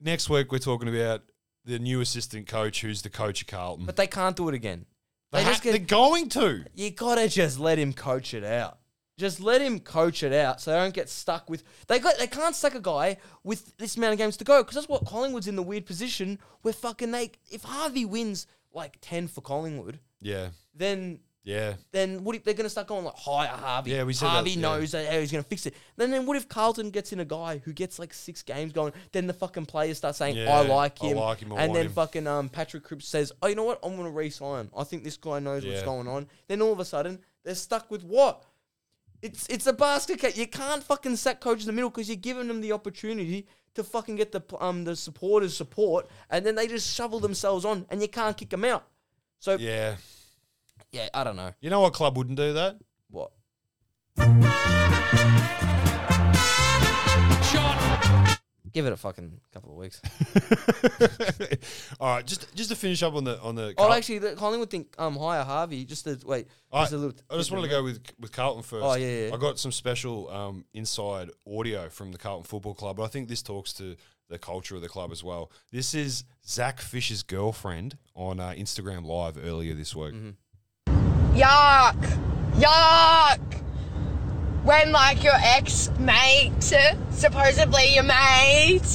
[SPEAKER 4] next week, we're talking about the new assistant coach, who's the coach of Carlton.
[SPEAKER 9] But they can't do it again.
[SPEAKER 4] They ha- they're going to.
[SPEAKER 9] You gotta just let him coach it out. Just let him coach it out, so they don't get stuck with. They got they can't sack a guy with this amount of games to go because that's what Collingwood's in the weird position where fucking they if Harvey wins like ten for Collingwood,
[SPEAKER 4] Yeah,
[SPEAKER 9] then
[SPEAKER 4] yeah.
[SPEAKER 9] then what if they're going to start going like hire Harvey?
[SPEAKER 4] Yeah, we said that,
[SPEAKER 9] Harvey
[SPEAKER 4] yeah.
[SPEAKER 9] knows that how he's going to fix it. Then then what if Carlton gets in a guy who gets like six games going? Then the fucking players start saying I
[SPEAKER 4] Yeah,
[SPEAKER 9] like
[SPEAKER 4] I
[SPEAKER 9] him,
[SPEAKER 4] like him, I
[SPEAKER 9] and
[SPEAKER 4] want
[SPEAKER 9] then
[SPEAKER 4] him.
[SPEAKER 9] fucking um, Patrick Cripps says, oh you know what I'm going to re-sign. I think this guy knows what's
[SPEAKER 4] Yeah.
[SPEAKER 9] going on. Then all of a sudden they're stuck with what? It's it's a basket case. You can't fucking sack coaches in the middle because you're giving them the opportunity to fucking get the um the supporters support, and then they just shovel themselves on, and you can't kick them out. So
[SPEAKER 4] yeah,
[SPEAKER 9] yeah, I don't know.
[SPEAKER 4] You know what club wouldn't do that?
[SPEAKER 9] What? Give it a fucking couple of weeks.
[SPEAKER 4] All right, just just to finish up on the on the.
[SPEAKER 9] Oh, actually, the Collingwood think um hire Harvey just to wait.
[SPEAKER 4] All
[SPEAKER 9] just
[SPEAKER 4] right,
[SPEAKER 9] a little,
[SPEAKER 4] I just wanted to go with with Carlton first.
[SPEAKER 9] Oh, yeah, yeah.
[SPEAKER 4] I got some special um, inside audio from the Carlton Football Club. I think this talks to the culture of the club as well. This is Zach Fisher's girlfriend on uh, Instagram Live earlier this week.
[SPEAKER 9] Mm-hmm.
[SPEAKER 18] Yuck. Yuck. When like your ex mate, supposedly your mate,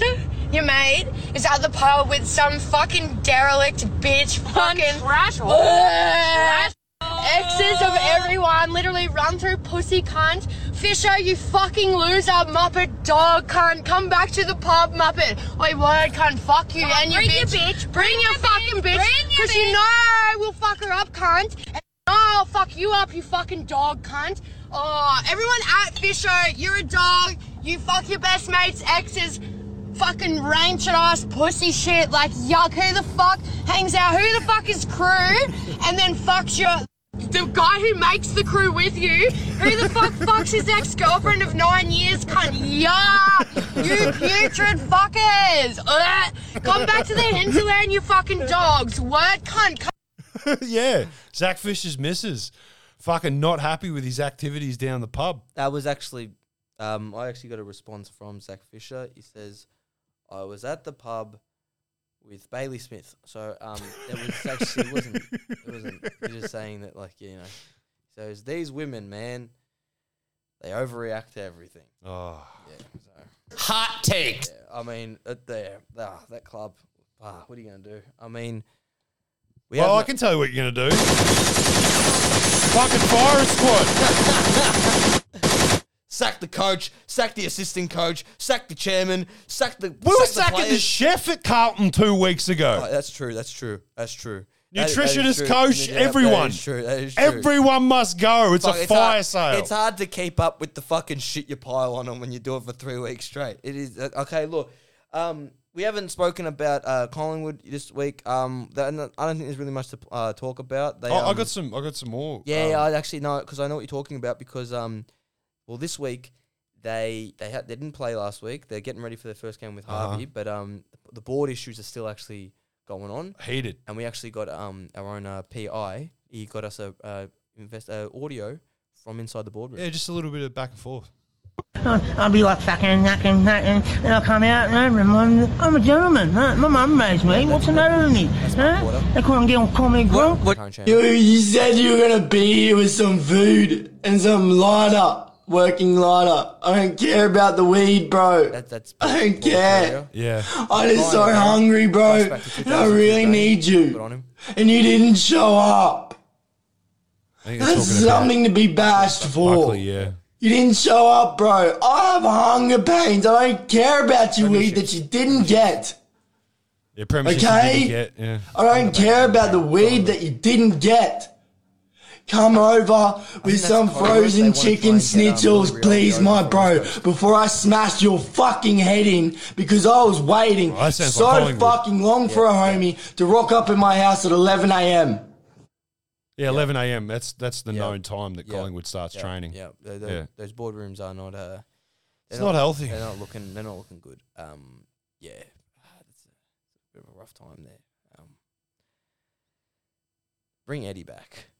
[SPEAKER 18] your mate is at the pub with some fucking derelict bitch fucking trash Exes of everyone literally run through pussy cunt. Fisher, you fucking loser, Muppet dog cunt. Come back to the pub, Muppet. Oi, word cunt, fuck you and your bitch. Bring, your fucking bitch. Because you know we'll fuck her up, cunt. And oh, I'll fuck you up, you fucking dog cunt. Oh, everyone at Fisher, you're a dog. You fuck your best mate's exes. Fucking rancid ass pussy shit. Like, yuck, who the fuck hangs out? Who the fuck is crew? And then fucks your the guy who makes the crew with you. Who the fuck fucks his ex-girlfriend of nine years? Cunt, yuck! You putrid fuckers! Ugh. Come back to the hinterland, you fucking dogs. Word cunt. Come-
[SPEAKER 4] yeah, Zach Fisher's missus, fucking not happy with his activities down the pub.
[SPEAKER 9] That was actually, um, I actually got a response from Zach Fisher. He says, "I was at the pub with Bailey Smith." So um, it was actually it wasn't. It wasn't. You're just saying that, like you know. So it's these women, man. They overreact to everything.
[SPEAKER 4] Oh,
[SPEAKER 9] yeah. So.
[SPEAKER 12] Hot take.
[SPEAKER 9] Yeah, I mean, uh, there, ah, that club. Ah, what are you gonna do? I mean,
[SPEAKER 4] well,
[SPEAKER 9] have
[SPEAKER 4] Oh, I
[SPEAKER 9] no-
[SPEAKER 4] can tell you what you're gonna do. Fucking fire squad.
[SPEAKER 9] Sack the coach, sack the assistant coach, sack the chairman, sack the.
[SPEAKER 4] We were
[SPEAKER 9] sack
[SPEAKER 4] sacking the
[SPEAKER 9] players.
[SPEAKER 4] chef at Carlton two weeks ago.
[SPEAKER 9] Oh, that's true. That's true. That's true. That is- that is
[SPEAKER 4] Nutritionist,
[SPEAKER 9] true.
[SPEAKER 4] coach,
[SPEAKER 9] Yeah, that is
[SPEAKER 4] everyone.
[SPEAKER 9] true, that is true.
[SPEAKER 4] Everyone must go. It's
[SPEAKER 9] Fuck,
[SPEAKER 4] a fire
[SPEAKER 9] hard,
[SPEAKER 4] sale.
[SPEAKER 9] It's hard to keep up with the fucking shit you pile on them when you do it for three weeks straight. It is uh, okay. Look, um, we haven't spoken about uh, Collingwood this week. Um, that, I don't think there's really much to uh, talk about. They,
[SPEAKER 4] Oh, I
[SPEAKER 9] um,
[SPEAKER 4] got some. I got some more.
[SPEAKER 9] Yeah,
[SPEAKER 4] um,
[SPEAKER 9] yeah, I actually know because I know what you're talking about. Because um, well, this week they they had they didn't play last week. They're getting ready for their first game with
[SPEAKER 4] Uh-huh.
[SPEAKER 9] Harvey, but um, the board issues are still actually going on.
[SPEAKER 4] Heated.
[SPEAKER 9] and we actually got um our own uh, PI. He got us a uh, invest uh, audio from inside the boardroom.
[SPEAKER 4] yeah, just a little bit of back and forth.
[SPEAKER 15] I'll be like fucking knacking, knacking, and I'll come out and I'm, I'm, I'm a gentleman. huh? My mum raised me. What's another me? Huh? They couldn't get on call me grump.
[SPEAKER 19] You, you said you were gonna be here with some food and some lighter, working lighter. I don't care about the weed, bro.
[SPEAKER 9] that's
[SPEAKER 19] I don't care.
[SPEAKER 4] Yeah.
[SPEAKER 19] I just so hungry, bro. And I really need you. And you didn't show up. That's something to be bashed for.
[SPEAKER 4] Yeah.
[SPEAKER 19] You didn't show up, bro. I have hunger pains. I don't care about your weed that you didn't get.
[SPEAKER 4] Yeah, premiership you
[SPEAKER 19] Okay.
[SPEAKER 4] didn't get, Yeah.
[SPEAKER 19] I don't care about the weed that you didn't get. Come over with some frozen chicken schnitzels, please, my bro, before I smash your fucking head in because I was waiting
[SPEAKER 4] that sounds
[SPEAKER 19] so
[SPEAKER 4] like Collingwood.
[SPEAKER 19] fucking long for a homie to rock up at my house at 11 a.m.
[SPEAKER 4] Yeah, 11 a.m. That's that's the known time that Collingwood starts training.
[SPEAKER 9] Yeah, they- they-
[SPEAKER 4] yeah.
[SPEAKER 9] those boardrooms are not. Uh,
[SPEAKER 4] It's
[SPEAKER 9] they're
[SPEAKER 4] not healthy.
[SPEAKER 9] They're not looking. They're not looking good. Um, yeah, it's a bit of a rough time there. Um, bring Eddie back.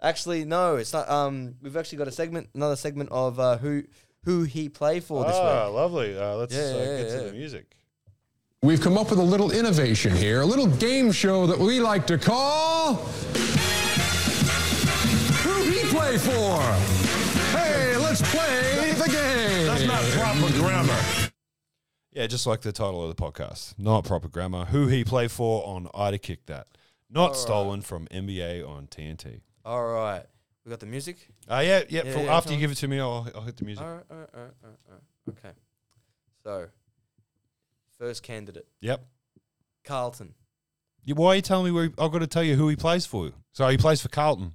[SPEAKER 9] Actually, no, it's not. Um, we've actually got a segment, another segment of uh, who who he played for this
[SPEAKER 4] Ah,
[SPEAKER 9] week.
[SPEAKER 4] lovely. Uh, let's
[SPEAKER 9] Yeah,
[SPEAKER 4] uh,
[SPEAKER 9] yeah,
[SPEAKER 4] get to
[SPEAKER 9] yeah.
[SPEAKER 4] the music.
[SPEAKER 20] We've come up with a little innovation here, a little game show that we like to call. Who he play for? Hey, let's play the game.
[SPEAKER 4] That's not proper grammar. Yeah, just like the title of the podcast. Not proper grammar. Who he play for on Ida Kick That. Not
[SPEAKER 9] Alright.
[SPEAKER 4] stolen from NBA on TNT.
[SPEAKER 9] All right, we got the music.
[SPEAKER 4] Uh, yeah, yeah. for, after
[SPEAKER 9] fine.
[SPEAKER 4] you give it to me, I'll, I'll hit the music.
[SPEAKER 9] All right, all right, all right, all right, all right. Okay. So, first candidate,
[SPEAKER 4] Yep.
[SPEAKER 9] Carlton.
[SPEAKER 4] Yeah, why are you telling me where he, I've got to tell you who he plays for? So he plays for Carlton.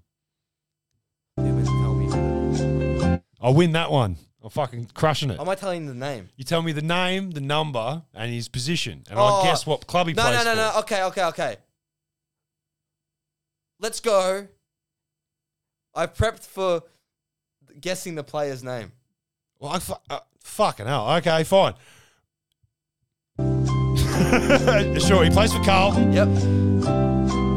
[SPEAKER 4] I'll win that one. I'm fucking crushing it.
[SPEAKER 9] Am I telling you the name?
[SPEAKER 4] You tell me the name, the number, and his position, and I guess what club he
[SPEAKER 9] Oh, no,
[SPEAKER 4] plays
[SPEAKER 9] No, no,
[SPEAKER 4] for.
[SPEAKER 9] no, no. Okay, okay, okay. Let's go. I prepped for guessing the player's name.
[SPEAKER 4] Well, I fu- uh, fucking hell. Okay, fine. sure, he plays for Carlton.
[SPEAKER 9] Yep.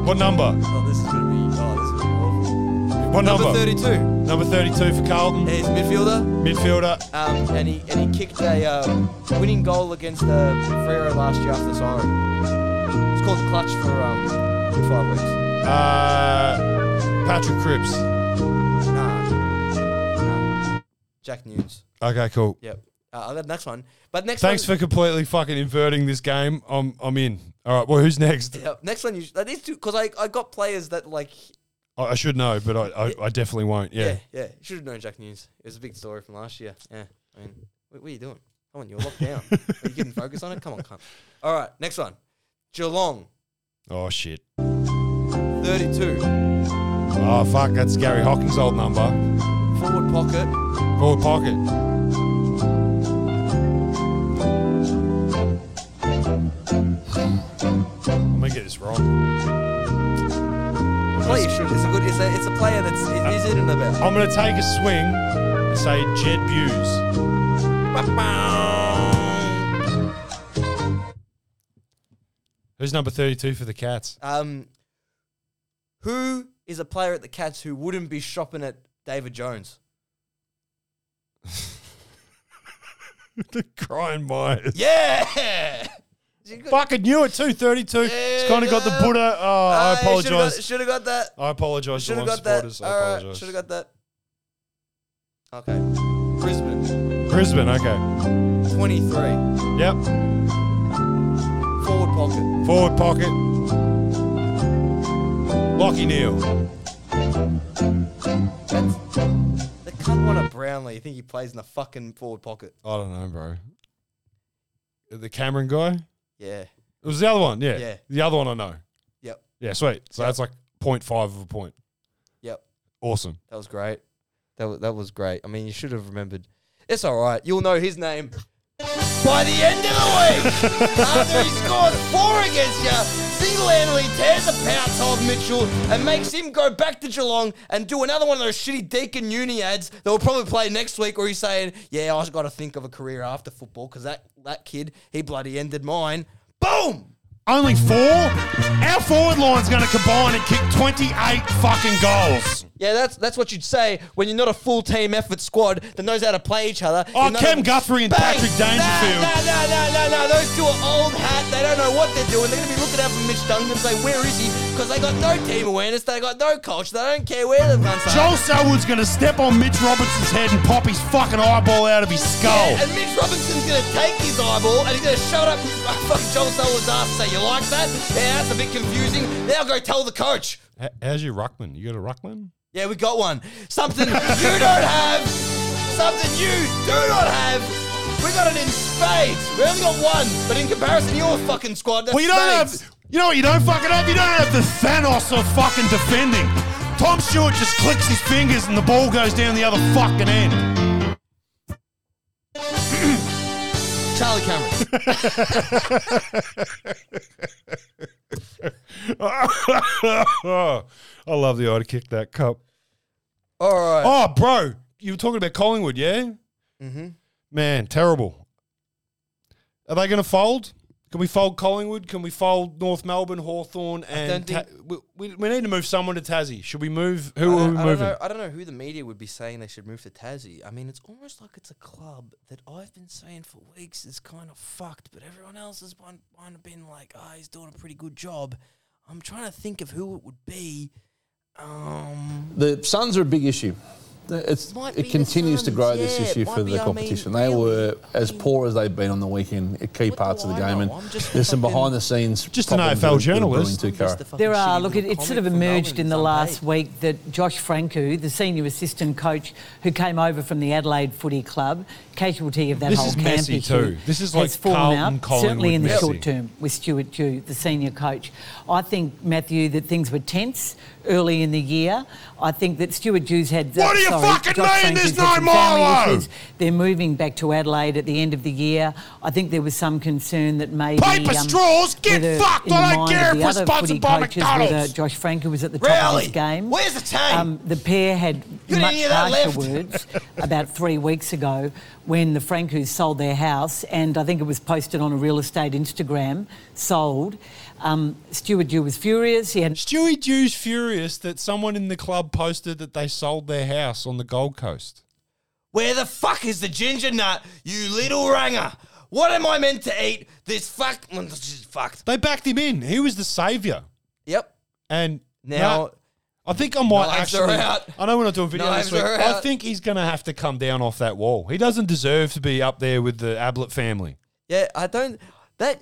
[SPEAKER 4] What number?
[SPEAKER 9] Oh, this is gonna be. Oh, this is gonna be awful.
[SPEAKER 4] What number?
[SPEAKER 9] Thirty-two.
[SPEAKER 4] Number thirty-two for Carlton.
[SPEAKER 9] he's a midfielder.
[SPEAKER 4] Midfielder.
[SPEAKER 9] Um, and he and he kicked a um, winning goal against uh, Freo last year after Siren. It's called the clutch for um for five weeks.
[SPEAKER 4] Uh, Patrick Cripps.
[SPEAKER 9] Jack Nunes.
[SPEAKER 4] Okay, cool.
[SPEAKER 9] Yep. Uh, I'll get the next one. But next
[SPEAKER 4] Thanks
[SPEAKER 9] one,
[SPEAKER 4] for completely fucking inverting this game. I'm I'm in. All right. Well, who's next?
[SPEAKER 9] Yeah, next one you sh- like, these two because I, I got players that like
[SPEAKER 4] I, I should know, but I I, I definitely won't. Yeah.
[SPEAKER 9] yeah yeah, you should have known Jack News. It was a big story from last year. Yeah, I mean, what, what are you doing? Come on, you're locked down. are you getting focus on it? Come on, come. All right, next one. Geelong,
[SPEAKER 4] Oh shit.
[SPEAKER 9] thirty-two,
[SPEAKER 4] Oh fuck. That's Gary Hocking's old number.
[SPEAKER 9] forward pocket.
[SPEAKER 4] Forward pocket. I'm gonna get this wrong.
[SPEAKER 9] Player should. It's a good. It's a, it's a player that's it is in and about.
[SPEAKER 4] I'm gonna take a swing and say Jed Buse. Who's number 32 for the Cats?
[SPEAKER 9] Um, who is a player at the Cats who wouldn't be shopping at David Jones?
[SPEAKER 4] the Crying Myers.
[SPEAKER 9] Yeah.
[SPEAKER 4] Fucking knew it too. 32. it's kind of got the Buddha. Oh, I apologize.
[SPEAKER 9] Should have got that.
[SPEAKER 4] I apologize to
[SPEAKER 9] Should have
[SPEAKER 4] Lions
[SPEAKER 9] got that. uh,
[SPEAKER 4] supporters. I
[SPEAKER 9] All right.
[SPEAKER 4] apologize.
[SPEAKER 9] Should have got that. Okay. Brisbane.
[SPEAKER 4] Brisbane, okay.
[SPEAKER 9] 23.
[SPEAKER 4] Yep.
[SPEAKER 9] Forward pocket.
[SPEAKER 4] Forward pocket. Lockie Neal.
[SPEAKER 9] The cunt one at Brownlee. You think he plays in the fucking forward pocket?
[SPEAKER 4] I don't know, bro. The Cameron guy?
[SPEAKER 9] Yeah.
[SPEAKER 4] It was the other one, yeah.
[SPEAKER 9] Yeah.
[SPEAKER 4] The other one I know.
[SPEAKER 9] Yep.
[SPEAKER 4] Yeah, sweet. So that's like 0.5 of a point.
[SPEAKER 9] Yep.
[SPEAKER 4] Awesome.
[SPEAKER 9] That was great. That was, that was great. I mean, you should have remembered. It's all right. You'll know his name by the end of the week. After he scores four against you, single-handedly tears the pouch off Mitchell and makes him go back to Geelong and do another one of those shitty Deacon Uni ads that will probably play next week. Where he's saying, "Yeah, I've got to think of a career after football because that that kid he bloody ended mine." Boom.
[SPEAKER 4] Only four? Our forward line's going to combine and kick 28 fucking goals.
[SPEAKER 9] Yeah, that's that's what you'd say when you're not a full team effort squad that knows how to play each other.
[SPEAKER 4] Oh,
[SPEAKER 9] You're not
[SPEAKER 4] Cam
[SPEAKER 9] a-
[SPEAKER 4] Guthrie and
[SPEAKER 9] Bang!
[SPEAKER 4] Patrick Dangerfield.
[SPEAKER 9] No, no, no, no, no. Those two are old hat. They don't know what they're doing. They're going to be looking out for Mitch Duncan and say, where is he? Because they got no team awareness. They got no culture. They don't care where the guns
[SPEAKER 4] Joel Selwood's going to step on Mitch Robinson's head and pop his fucking eyeball out of his skull.
[SPEAKER 9] Yeah, and Mitch Robinson's going to take his eyeball and he's going to shove it up his fucking Joel Selwood's ass and say, you like that? Yeah, that's a bit confusing. Now go tell the coach.
[SPEAKER 4] H- How's your ruckman? You got a ruckman?
[SPEAKER 9] Yeah, we got one. Something you don't have. Something you do not have. We got it in spades. We only got one, but in comparison to your fucking squad, that's
[SPEAKER 4] Well, you don't
[SPEAKER 9] spades.
[SPEAKER 4] have. You know what you don't fucking have? You don't have the Thanos of fucking defending. Tom Stewart just clicks his fingers and the ball goes down the other fucking end.
[SPEAKER 9] Charlie Cameron.
[SPEAKER 4] I love the idea to kick that cup.
[SPEAKER 9] All right.
[SPEAKER 4] Oh, bro, you were talking about Collingwood, yeah?
[SPEAKER 9] Mm-hmm.
[SPEAKER 4] Man, terrible. Are they going to fold? Can we fold Collingwood? Can we fold North Melbourne, Hawthorn, and
[SPEAKER 9] don't think-
[SPEAKER 4] Ta- we, we, we need to move someone to Tassie? Should we move? Who are we
[SPEAKER 9] I don't,
[SPEAKER 4] moving?
[SPEAKER 9] know, I don't know who the media would be saying they should move to Tassie. I mean, it's almost like it's a club that I've been saying for weeks is kind of fucked, but everyone else has been, been like, oh, he's doing a pretty good job. I'm trying to think of who it would be. Um,
[SPEAKER 21] The Suns are a big issue. It's,
[SPEAKER 9] Might be
[SPEAKER 21] it
[SPEAKER 9] the
[SPEAKER 21] continues to grow
[SPEAKER 9] Suns,
[SPEAKER 21] this
[SPEAKER 9] yeah,
[SPEAKER 21] issue
[SPEAKER 9] it
[SPEAKER 21] for
[SPEAKER 9] might be,
[SPEAKER 21] the
[SPEAKER 9] I mean,
[SPEAKER 21] competition. they were as poor as they've been on the weekend at key parts of the game, and there's some behind the scenes.
[SPEAKER 4] Just an
[SPEAKER 21] problems
[SPEAKER 4] AFL
[SPEAKER 21] that are- that are brewing
[SPEAKER 4] journalist.
[SPEAKER 21] too, Kara.
[SPEAKER 22] There are. Look, it, it sort of emerged in the last week that Josh Franku, the senior assistant coach who came over from the Adelaide Footy Club, casualty of that
[SPEAKER 4] This
[SPEAKER 22] whole
[SPEAKER 4] is
[SPEAKER 22] camp
[SPEAKER 4] messy
[SPEAKER 22] issue,
[SPEAKER 4] too. This is
[SPEAKER 22] has
[SPEAKER 4] like
[SPEAKER 22] fallen
[SPEAKER 4] Carlton
[SPEAKER 22] out,
[SPEAKER 4] Collingwood
[SPEAKER 22] certainly in the
[SPEAKER 4] messy.
[SPEAKER 22] short term with Stuart Dew, the senior coach. I think, Matthew, that things were tense early in the year. I think that Stuart Dew's had... uh,
[SPEAKER 4] What do you
[SPEAKER 22] sorry,
[SPEAKER 4] fucking
[SPEAKER 22] Josh
[SPEAKER 4] mean there's
[SPEAKER 22] Franku's had some
[SPEAKER 4] no
[SPEAKER 22] family
[SPEAKER 4] Milo?
[SPEAKER 22] issues. They're moving back to Adelaide at the end of the year. I think there was some concern that maybe um,
[SPEAKER 4] Paper straws, get
[SPEAKER 22] whether
[SPEAKER 4] fucked,
[SPEAKER 22] in
[SPEAKER 4] I
[SPEAKER 22] the
[SPEAKER 4] don't
[SPEAKER 22] mind of
[SPEAKER 4] care if
[SPEAKER 22] the
[SPEAKER 4] we're
[SPEAKER 22] other
[SPEAKER 4] sponsored
[SPEAKER 22] footy
[SPEAKER 4] by
[SPEAKER 22] coaches,
[SPEAKER 4] McDonald's.
[SPEAKER 22] Whether Josh Franco was at the top of
[SPEAKER 4] Really?
[SPEAKER 22] his game.
[SPEAKER 4] Where's the team?
[SPEAKER 22] Um, the pair had
[SPEAKER 4] You didn't
[SPEAKER 22] much
[SPEAKER 4] hear that
[SPEAKER 22] harsher
[SPEAKER 4] left.
[SPEAKER 22] words about three weeks ago when the Francos sold their house, and I think it was posted on a real estate Instagram. Sold. Um, Stuart Dew was furious. He had
[SPEAKER 4] Stewie Dew's furious that someone in the club posted that they sold their house on the Gold Coast.
[SPEAKER 9] Where the fuck is the ginger nut, you little ranger? What am I meant to eat? This fuck. well, this is fucked.
[SPEAKER 4] They backed him in. He was the saviour.
[SPEAKER 9] Yep.
[SPEAKER 4] And
[SPEAKER 9] Now-
[SPEAKER 4] now, I think I might
[SPEAKER 9] Knives are
[SPEAKER 4] actually.
[SPEAKER 9] out.
[SPEAKER 4] I know we're not doing video
[SPEAKER 9] Knives
[SPEAKER 4] this week.
[SPEAKER 9] are
[SPEAKER 4] I
[SPEAKER 9] out.
[SPEAKER 4] think he's going to have to come down off that wall. He doesn't deserve to be up there with the Ablett family.
[SPEAKER 9] Yeah, I don't. That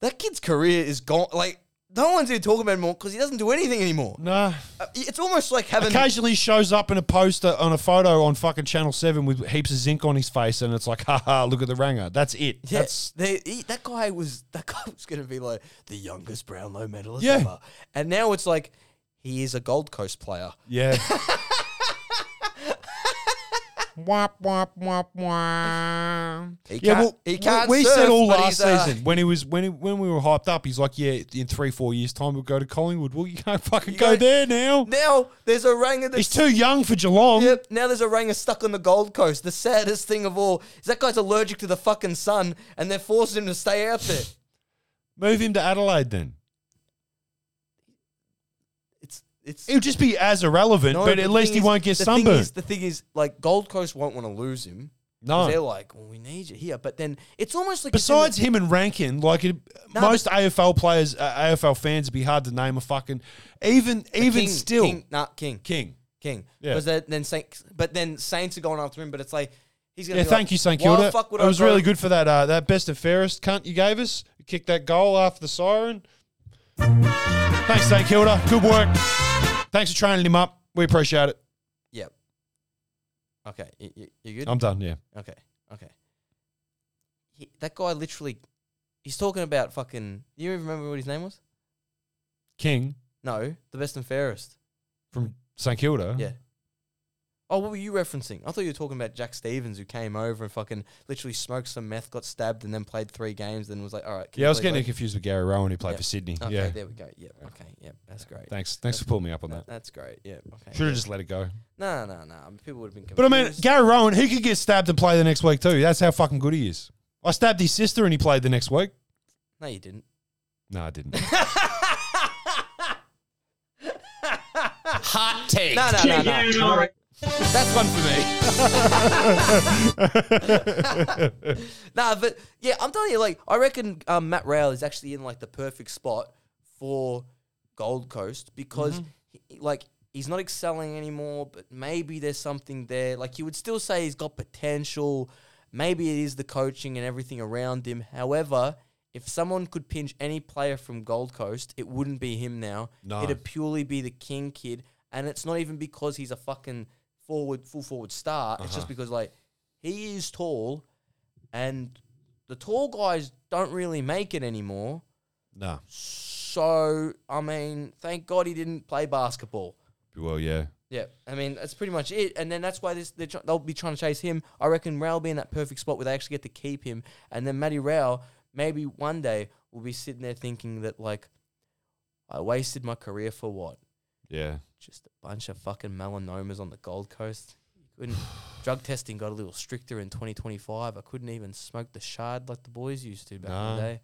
[SPEAKER 9] that kid's career is gone. Like no one's even talking about him more because he doesn't do anything anymore. Uh,
[SPEAKER 4] Nah.
[SPEAKER 9] it's almost like having.
[SPEAKER 4] Occasionally shows up in a poster on a photo on fucking Channel 7 with heaps of zinc on his face, and it's like, ha ha, look at the ranger. That's it.
[SPEAKER 9] Yeah,
[SPEAKER 4] That's
[SPEAKER 9] they, he, that guy was that guy was going to be like the youngest Brownlow medalist
[SPEAKER 4] Yeah.
[SPEAKER 9] ever, and now it's like he is a Gold Coast player.
[SPEAKER 4] Yeah. womp womp womp womp.
[SPEAKER 9] He
[SPEAKER 4] yeah,
[SPEAKER 9] can't-
[SPEAKER 4] well,
[SPEAKER 9] he can't
[SPEAKER 4] we
[SPEAKER 9] surf,
[SPEAKER 4] said all
[SPEAKER 9] but
[SPEAKER 4] last
[SPEAKER 9] he's, uh,
[SPEAKER 4] season when he was when he, when we were hyped up. He's like, yeah, in three four years time we'll go to Collingwood. Well, you can't fucking go there now.
[SPEAKER 9] Now there's a ranger that's
[SPEAKER 4] He's too young for Geelong.
[SPEAKER 9] Yep. Now there's a ranger stuck on the Gold Coast. The saddest thing of all is that guy's allergic to the fucking sun, and they're forcing him to stay out there.
[SPEAKER 4] Move him to Adelaide then.
[SPEAKER 9] It's it's.
[SPEAKER 4] It'll just be as irrelevant,
[SPEAKER 9] No,
[SPEAKER 4] but
[SPEAKER 9] the
[SPEAKER 4] at least
[SPEAKER 9] thing
[SPEAKER 4] he
[SPEAKER 9] is-
[SPEAKER 4] won't get
[SPEAKER 9] the thing
[SPEAKER 4] sunburned.
[SPEAKER 9] is- The thing is, like Gold Coast won't want to lose him. 'Cause
[SPEAKER 4] No.
[SPEAKER 9] they're like, well, we need you here, but then it's almost like it's in the-
[SPEAKER 4] Besides him and Rankin, like it,
[SPEAKER 9] No,
[SPEAKER 4] most AFL players, uh, AFL fans, it'd be hard to name a fucking even
[SPEAKER 9] But
[SPEAKER 4] even
[SPEAKER 9] King,
[SPEAKER 4] still.
[SPEAKER 9] King, nah, King,
[SPEAKER 4] King,
[SPEAKER 9] King.
[SPEAKER 4] Yeah.
[SPEAKER 9] Because then Saints, but then Saints are going after him. But it's like he's gonna.
[SPEAKER 4] Yeah,
[SPEAKER 9] be
[SPEAKER 4] thank
[SPEAKER 9] like,
[SPEAKER 4] you, St
[SPEAKER 9] "Why the
[SPEAKER 4] Kilda.
[SPEAKER 9] fuck would
[SPEAKER 4] It
[SPEAKER 9] I
[SPEAKER 4] was
[SPEAKER 9] go-
[SPEAKER 4] really good for that uh, that best and fairest cunt you gave us. You kicked that goal after the siren. Thanks, St Kilda. Good work. Thanks for training him up. We appreciate it.
[SPEAKER 9] Yep. Okay, you, you, you good?
[SPEAKER 4] I'm done, yeah.
[SPEAKER 9] Okay, okay. He, that guy literally, he's talking about fucking. You even remember what his name was?
[SPEAKER 4] King
[SPEAKER 9] No, the best and fairest.
[SPEAKER 4] from St Kilda.
[SPEAKER 9] Yeah. Oh, what were you referencing? I thought you were talking about Jack Stevens, who came over and fucking literally smoked some meth, got stabbed, and then played three games, then was like, all right. can
[SPEAKER 4] Yeah,
[SPEAKER 9] you
[SPEAKER 4] I was
[SPEAKER 9] please
[SPEAKER 4] getting
[SPEAKER 9] wait?"
[SPEAKER 4] confused with Gary Rowan, who played
[SPEAKER 9] Yep.
[SPEAKER 4] for Sydney.
[SPEAKER 9] Okay,
[SPEAKER 4] yeah.
[SPEAKER 9] there we go. Yep. Okay. Yep. That's great.
[SPEAKER 4] Thanks. Thanks for pulling me up on that.
[SPEAKER 9] That's great. Yeah. Okay.
[SPEAKER 4] Should have just let it go.
[SPEAKER 9] No, no, no. People would have been. Confused.
[SPEAKER 4] But I mean, Gary Rowan, he could get stabbed and play the next week too. That's how fucking good he is. I stabbed his sister and he played the next week.
[SPEAKER 9] no, you didn't.
[SPEAKER 4] No, I didn't.
[SPEAKER 9] Hot take. No, no, no, no.
[SPEAKER 4] Yeah, yeah, all right.
[SPEAKER 9] That's one for me. nah, but yeah, I'm telling you, like, I reckon um, Matt Rail is actually in like the perfect spot for Gold Coast because,
[SPEAKER 1] Mhm.
[SPEAKER 9] he- like, he's not excelling anymore. But maybe there's something there. Like, you would still say he's got potential. Maybe it is the coaching and everything around him. However, if someone could pinch any player from Gold Coast, it wouldn't be him now.
[SPEAKER 4] No.
[SPEAKER 9] It'd purely be the King kid, and it's not even because he's a fucking forward, full forward star. It's
[SPEAKER 4] Uh-huh.
[SPEAKER 9] just because like he is tall, and the tall guys don't really make it anymore.
[SPEAKER 4] No.
[SPEAKER 9] So I mean, thank God he didn't play basketball.
[SPEAKER 4] Well, yeah.
[SPEAKER 9] Yeah, I mean that's pretty much it, and then that's why this they're tr- they'll be trying to chase him. I reckon Rao will be in that perfect spot where they actually get to keep him, and then Matty Rao maybe one day will be sitting there thinking that like, I wasted my career for what?
[SPEAKER 4] Yeah.
[SPEAKER 9] Just a bunch of fucking melanomas on the Gold Coast. Couldn't drug testing got a little stricter in 2025. I couldn't even smoke the shard like the boys used to back in
[SPEAKER 4] No.
[SPEAKER 9] the day.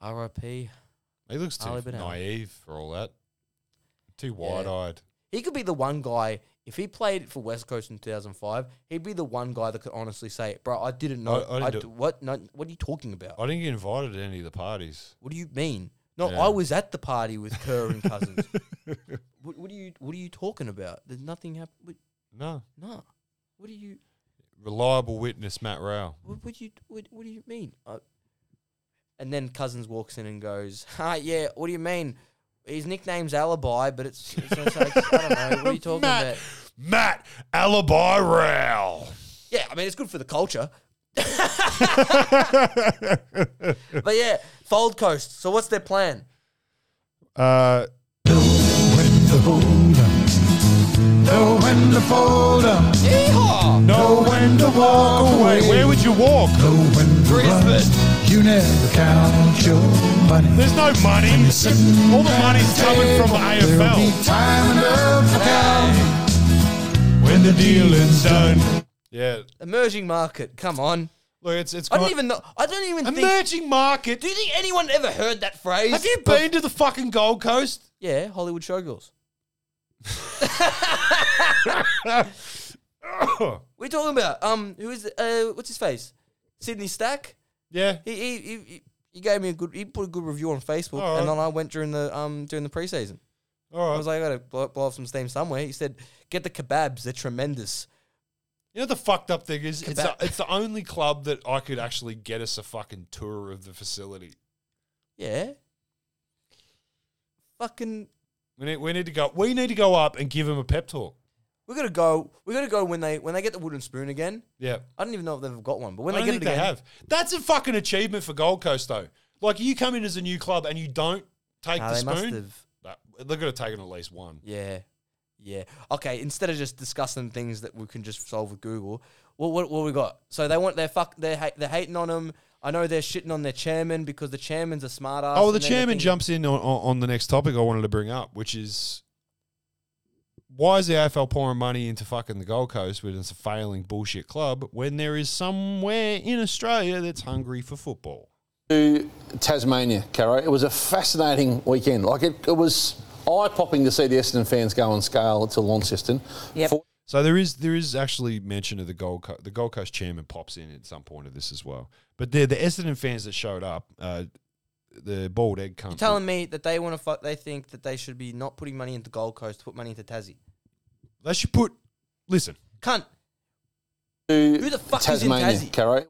[SPEAKER 9] R.I.P.
[SPEAKER 4] He looks too
[SPEAKER 9] Ali Banana.
[SPEAKER 4] naive for all that. Too
[SPEAKER 9] Yeah.
[SPEAKER 4] wide eyed.
[SPEAKER 9] He could be the one guy. If he played for West Coast in 2005, he'd be the one guy that could honestly say, "Bro, I didn't know.
[SPEAKER 4] I- I
[SPEAKER 9] I,
[SPEAKER 4] didn't
[SPEAKER 9] d-
[SPEAKER 4] do-
[SPEAKER 9] what? No, what are you talking about?
[SPEAKER 4] I didn't get invited to any of the parties.
[SPEAKER 9] What do you mean? No,
[SPEAKER 4] Yeah.
[SPEAKER 9] I was at the party with Kerr and Cousins. what, what are you? What are you talking about? There's nothing happened.
[SPEAKER 4] No.
[SPEAKER 9] No. What do you?
[SPEAKER 4] Reliable witness, Matt Rao.
[SPEAKER 9] What, what do you? What, what do you mean? I, and then Cousins walks in and goes, "Ah, yeah. What do you mean? His nickname's Alibi, but it's, it's, it's like, I don't know. What are you talking
[SPEAKER 4] Matt.
[SPEAKER 9] about?
[SPEAKER 4] Matt Alibi Rao.
[SPEAKER 9] Yeah, I mean it's good for the culture. but yeah, Fold Coast. So what's their plan?
[SPEAKER 4] Uh,
[SPEAKER 8] Know when to fold up.
[SPEAKER 9] Yeehaw!
[SPEAKER 8] Know when to walk away.
[SPEAKER 4] Where would you walk?
[SPEAKER 8] Know when to run. You never count your money.
[SPEAKER 4] There's no money. All the money's coming from the
[SPEAKER 8] There'll be
[SPEAKER 4] AFL.
[SPEAKER 8] time enough for counting when the dealing's done.
[SPEAKER 4] Yeah.
[SPEAKER 9] Emerging market. Come on.
[SPEAKER 4] Look, it's it's.
[SPEAKER 9] I don't
[SPEAKER 4] quite-
[SPEAKER 9] even know. I don't even think.
[SPEAKER 4] Emerging market.
[SPEAKER 9] Do you think anyone ever heard that phrase?
[SPEAKER 4] Have you been to the fucking Gold Coast?
[SPEAKER 9] Yeah, Hollywood showgirls. What are you talking about? Um, who is uh, what's his face? Sydney Stack.
[SPEAKER 4] Yeah.
[SPEAKER 9] He he, he he- he gave me a good. He put a good review on Facebook,
[SPEAKER 4] All right.
[SPEAKER 9] and then I went during the um during the preseason.
[SPEAKER 4] All right.
[SPEAKER 9] I was like, I gotta blow, blow off some steam somewhere. He said, get the kebabs. They're tremendous.
[SPEAKER 4] You know the fucked up thing is it's,
[SPEAKER 9] Quebec.
[SPEAKER 4] the it's the only club that I could actually get us a fucking tour of the facility.
[SPEAKER 9] Yeah. Fucking.
[SPEAKER 4] We need, we need to go. We need to go up and give him a pep talk.
[SPEAKER 9] We're gonna go. We're gonna go when they when they get the wooden spoon again.
[SPEAKER 4] Yeah,
[SPEAKER 9] I don't even know if they've got one, but when
[SPEAKER 4] I
[SPEAKER 9] they
[SPEAKER 4] don't
[SPEAKER 9] get
[SPEAKER 4] think
[SPEAKER 9] it
[SPEAKER 4] they
[SPEAKER 9] again,
[SPEAKER 4] have. That's a fucking achievement for Gold Coast though. Like you come in as a new club and you don't take
[SPEAKER 9] Nah,
[SPEAKER 4] the
[SPEAKER 9] they must
[SPEAKER 4] spoon.
[SPEAKER 9] have.
[SPEAKER 4] Nah, they're gonna take at least one.
[SPEAKER 9] Yeah. Yeah. Okay. Instead of just discussing things that we can just solve with Google, what what, what we got? So they want their fuck. They're ha- they're hating on them. I know they're shitting on their chairman because the chairman's a smart ass.
[SPEAKER 4] Oh, well, the chairman jumps in on, on, on the next topic I wanted to bring up, which is why is the AFL pouring money into fucking the Gold Coast when it's a failing bullshit club when there is somewhere in Australia that's hungry for football?
[SPEAKER 21] to Tasmania, Caro. It was a fascinating weekend. Like it, it was eye-popping to see the Essendon fans go on scale to Launceston.
[SPEAKER 4] Yep.
[SPEAKER 21] For-
[SPEAKER 4] So there is there is actually mention of the Gold Coast. The Gold Coast chairman pops in at some point of this as well. But the the Essendon fans that showed up, uh, the bald egg cunt.
[SPEAKER 9] You're telling me that they want to fuck. They think that they should be not putting money into Gold Coast, put money into Tassie.
[SPEAKER 4] they should put. Listen,
[SPEAKER 9] Cunt.
[SPEAKER 21] to
[SPEAKER 9] Who the fuck is in
[SPEAKER 21] Tasmania,
[SPEAKER 9] Tassie?
[SPEAKER 21] Caro.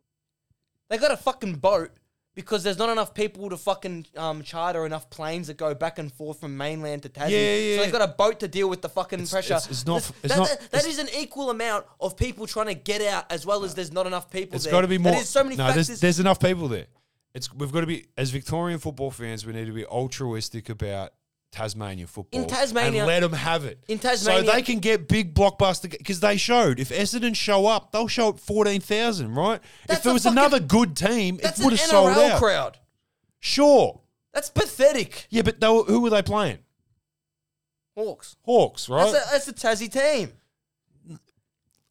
[SPEAKER 9] They got a fucking boat because there's not enough people to fucking um, charter enough planes that go back and forth from mainland to Tassie.
[SPEAKER 4] Yeah, yeah,
[SPEAKER 9] So
[SPEAKER 4] yeah.
[SPEAKER 9] they've got a boat to deal with the fucking pressure.
[SPEAKER 4] it's- it's not-
[SPEAKER 9] That's-
[SPEAKER 4] it's
[SPEAKER 9] that-
[SPEAKER 4] not-
[SPEAKER 9] that- that is an equal amount of people trying to get out, as well as there's not enough people.
[SPEAKER 4] It's
[SPEAKER 9] there.
[SPEAKER 4] got to be more.
[SPEAKER 9] There's so many
[SPEAKER 4] no,
[SPEAKER 9] factors.
[SPEAKER 4] There's, there's enough people there. It's we've got to be as Victorian football fans. We need to be altruistic about Tasmania football
[SPEAKER 9] In Tasmania-
[SPEAKER 4] and let them have it
[SPEAKER 9] In Tasmania-
[SPEAKER 4] so they can get big blockbuster because they showed if Essendon show up, they'll show up fourteen thousand, right? if there was another good team, it
[SPEAKER 9] that's
[SPEAKER 4] would
[SPEAKER 9] an
[SPEAKER 4] have sold
[SPEAKER 9] NRL
[SPEAKER 4] out.
[SPEAKER 9] crowd.
[SPEAKER 4] Sure,
[SPEAKER 9] that's pathetic.
[SPEAKER 4] Yeah, but they were, who were they playing?
[SPEAKER 9] Hawks.
[SPEAKER 4] Hawks, right?
[SPEAKER 9] That's, a, that's the Tassie team.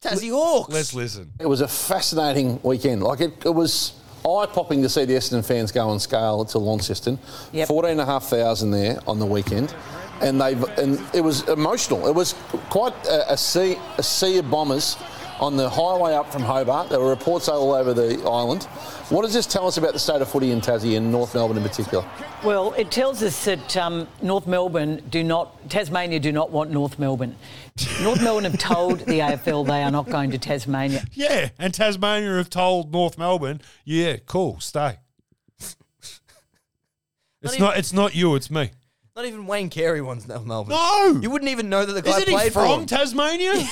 [SPEAKER 9] Tassie Hawks.
[SPEAKER 4] Let's listen.
[SPEAKER 21] It was a fascinating weekend. Like it, it was eye popping to see the Essendon fans go on scale to Launceston.
[SPEAKER 1] Yep.
[SPEAKER 21] Fourteen and a half thousand there on the weekend, and they and it was emotional. It was quite a, a sea a sea of bombers on the highway up from Hobart. There were reports all over the island. What does this tell us about the state of footy in Tassie and North Melbourne in particular?
[SPEAKER 22] Well, it tells us that um, North Melbourne do not, Tasmania do not want North Melbourne. North Melbourne have told the AFL they are not going to Tasmania.
[SPEAKER 4] Yeah, and Tasmania have told North Melbourne, yeah, cool, stay. it's
[SPEAKER 9] even-
[SPEAKER 4] not. It's not you. It's me.
[SPEAKER 9] Not even Wayne Carey wants North Melbourne.
[SPEAKER 4] No,
[SPEAKER 9] you wouldn't even know that the guy
[SPEAKER 4] Isn't he
[SPEAKER 9] played
[SPEAKER 4] from
[SPEAKER 9] for him.
[SPEAKER 4] Tasmania?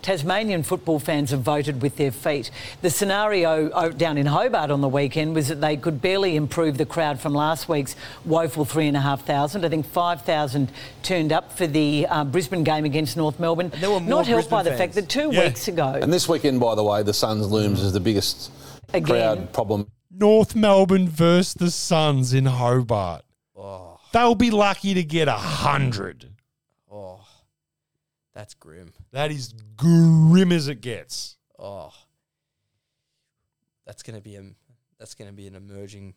[SPEAKER 22] Tasmanian football fans have voted with their feet. The scenario uh, down in Hobart on the weekend was that they could barely improve the crowd from last week's woeful 3,500. I think 5,000 turned up for the uh, Brisbane game against North Melbourne. not helped by the fact that two weeks ago,
[SPEAKER 21] And this weekend, by the way, the Suns looms as the biggest crowd problem.
[SPEAKER 4] North Melbourne versus the Suns in Hobart. They'll be lucky to get a hundred.
[SPEAKER 9] Oh, that's grim.
[SPEAKER 4] That is grim as it gets.
[SPEAKER 9] Oh, that's gonna be a that's gonna be an emerging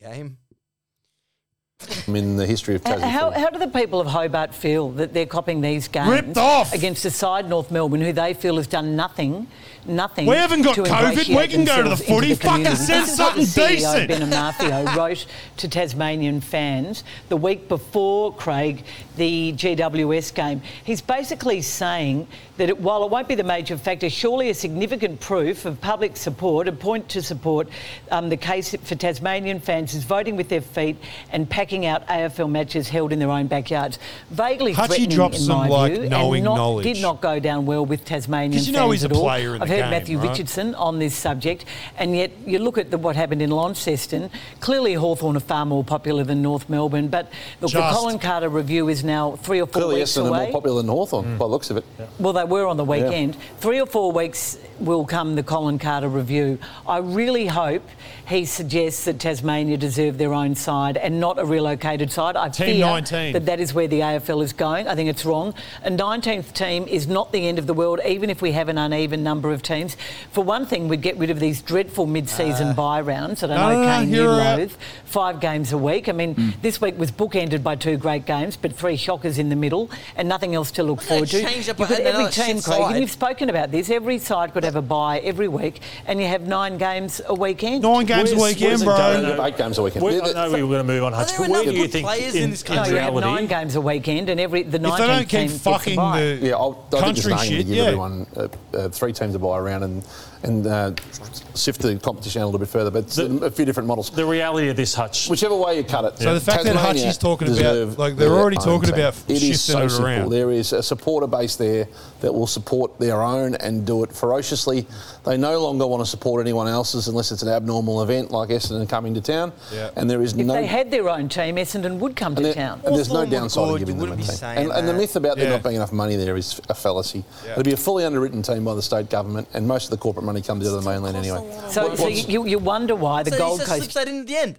[SPEAKER 9] game.
[SPEAKER 21] in the history of Tassie.
[SPEAKER 22] How, how do the people of Hobart feel that they're copying these games
[SPEAKER 21] Ripped off.
[SPEAKER 22] against a side North Melbourne who they feel has done nothing, nothing?
[SPEAKER 4] We haven't got
[SPEAKER 22] to
[SPEAKER 4] COVID.
[SPEAKER 22] ingratiate
[SPEAKER 4] We can go to the
[SPEAKER 22] themselves into
[SPEAKER 4] footy. Fucking
[SPEAKER 22] community.
[SPEAKER 4] send
[SPEAKER 22] This is what the E
[SPEAKER 4] something
[SPEAKER 22] CEO,
[SPEAKER 4] decent.
[SPEAKER 22] Benamafio wrote to Tasmanian fans the week before Craig the GWS game. He's basically saying that it, while it won't be the major factor, surely a significant proof of public support, a point to support um, the case for Tasmanian fans is voting with their feet and packing out AFL matches held in their own backyards. Vaguely
[SPEAKER 4] Hutchie
[SPEAKER 22] threatening
[SPEAKER 4] drops
[SPEAKER 22] in
[SPEAKER 4] some,
[SPEAKER 22] my
[SPEAKER 4] like,
[SPEAKER 22] view,
[SPEAKER 4] knowing
[SPEAKER 22] and not,
[SPEAKER 4] knowledge.
[SPEAKER 22] did not go down well with Tasmanian
[SPEAKER 4] 'Cause you know
[SPEAKER 22] fans
[SPEAKER 4] he's a
[SPEAKER 22] at all.
[SPEAKER 4] player in the
[SPEAKER 22] I've heard
[SPEAKER 4] game,
[SPEAKER 22] Matthew
[SPEAKER 4] right?
[SPEAKER 22] Richardson. Richardson on this subject, and yet you look at the, what happened in Launceston. Clearly, Hawthorn are far more popular than North Melbourne, but look, the
[SPEAKER 21] Just.
[SPEAKER 22] Colin Carter review is now three or four
[SPEAKER 21] Clearly,
[SPEAKER 22] weeks
[SPEAKER 21] Essendon are more
[SPEAKER 22] away.
[SPEAKER 21] popular than Hawthorn by the looks of it.
[SPEAKER 22] Well, they were on the
[SPEAKER 21] Yeah.
[SPEAKER 22] weekend. Three or four weeks will come the Colin Carter review. I really hope he suggests that Tasmania deserve their own side and not a relocated side. I
[SPEAKER 4] Team
[SPEAKER 22] fear
[SPEAKER 4] 19.
[SPEAKER 22] that that is where the AFL is going. I think it's wrong. A 19th team is not the end of the world, even if we have an uneven number of teams. For one thing, we'd get rid of these dreadful mid-season bye rounds that I
[SPEAKER 4] No,
[SPEAKER 22] know
[SPEAKER 4] no, no,
[SPEAKER 22] Kane
[SPEAKER 4] hear
[SPEAKER 22] you
[SPEAKER 4] her out.
[SPEAKER 22] loathe. Five games a week. I mean, this week was bookended by two great games, but three shockers in the middle and nothing else to look forward to.
[SPEAKER 9] change up
[SPEAKER 22] You've got
[SPEAKER 9] another
[SPEAKER 22] every team,
[SPEAKER 9] shit
[SPEAKER 22] Craig,
[SPEAKER 9] side.
[SPEAKER 22] and you've spoken about this. Every side could have a bye every week, and you have nine games a weekend. Nine
[SPEAKER 21] Eight games a weekend.
[SPEAKER 13] I know we were going to move on, Hutch, but where do you think in, in
[SPEAKER 22] No, you have
[SPEAKER 13] reality...
[SPEAKER 22] nine games a weekend, and every the
[SPEAKER 21] If
[SPEAKER 22] nineteenth
[SPEAKER 21] they don't
[SPEAKER 22] team
[SPEAKER 21] keep
[SPEAKER 22] gets a
[SPEAKER 21] fucking
[SPEAKER 22] bye.
[SPEAKER 21] the yeah, I'll, I think it's country an argument shit, to give yeah. everyone uh, uh, three teams to buy around and and uh, sift the competition out a little bit further. But it's um, a few different models. The
[SPEAKER 13] reality of this, Hutch.
[SPEAKER 21] Whichever way you cut it.
[SPEAKER 4] So the fact that
[SPEAKER 21] Tasmania
[SPEAKER 4] Hutchie's talking about-
[SPEAKER 21] deserve
[SPEAKER 4] like, they're
[SPEAKER 21] their
[SPEAKER 4] already
[SPEAKER 21] own
[SPEAKER 4] talking
[SPEAKER 21] thing.
[SPEAKER 4] about
[SPEAKER 21] It is
[SPEAKER 4] shifting
[SPEAKER 21] so
[SPEAKER 4] it
[SPEAKER 21] simple.
[SPEAKER 4] around.
[SPEAKER 21] There is a supporter base there that will support their own and do it ferociously. They no longer want to support anyone else's unless it's an abnormal event like Essendon coming to town.
[SPEAKER 22] Yeah.
[SPEAKER 21] And there is
[SPEAKER 22] If
[SPEAKER 21] no
[SPEAKER 22] they had their own team, Essendon would come to town.
[SPEAKER 21] and there's no downside to giving them a team. And, and the myth about there
[SPEAKER 22] Yeah.
[SPEAKER 21] not being enough money there is a fallacy.
[SPEAKER 22] Yeah.
[SPEAKER 21] It'll be a fully underwritten team by the state government, and most of the corporate money comes out of the mainland anyway.
[SPEAKER 22] So, so you, you- you wonder why the
[SPEAKER 9] so
[SPEAKER 22] Gold
[SPEAKER 9] he just slips
[SPEAKER 22] Coast.
[SPEAKER 9] that in at the end.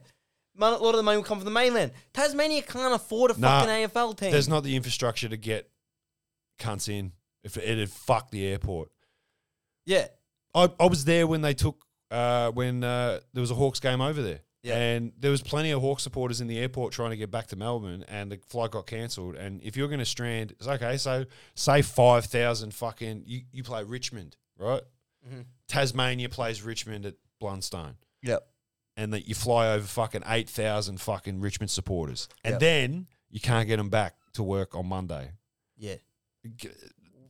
[SPEAKER 9] Mon- A lot of the money will come from the mainland. Tasmania can't afford a
[SPEAKER 4] Nah,
[SPEAKER 9] fucking AFL team.
[SPEAKER 4] There's not the infrastructure to get cunts in. If it- it'd fuck the airport.
[SPEAKER 9] Yeah.
[SPEAKER 4] I, I was there when they took uh, when uh, there was a Hawks game over there.
[SPEAKER 9] Yeah.
[SPEAKER 4] And there was plenty of Hawks supporters in the airport trying to get back to Melbourne, and the flight got cancelled. And if you're going to strand, it's okay. So say five thousand fucking you, you play Richmond, right?
[SPEAKER 9] Mhm.
[SPEAKER 4] Tasmania plays Richmond at Blundstone.
[SPEAKER 9] Yep.
[SPEAKER 4] And that you fly over fucking eight thousand fucking Richmond supporters, and
[SPEAKER 9] Yep.
[SPEAKER 4] then you can't get them back to work on Monday
[SPEAKER 9] Yeah.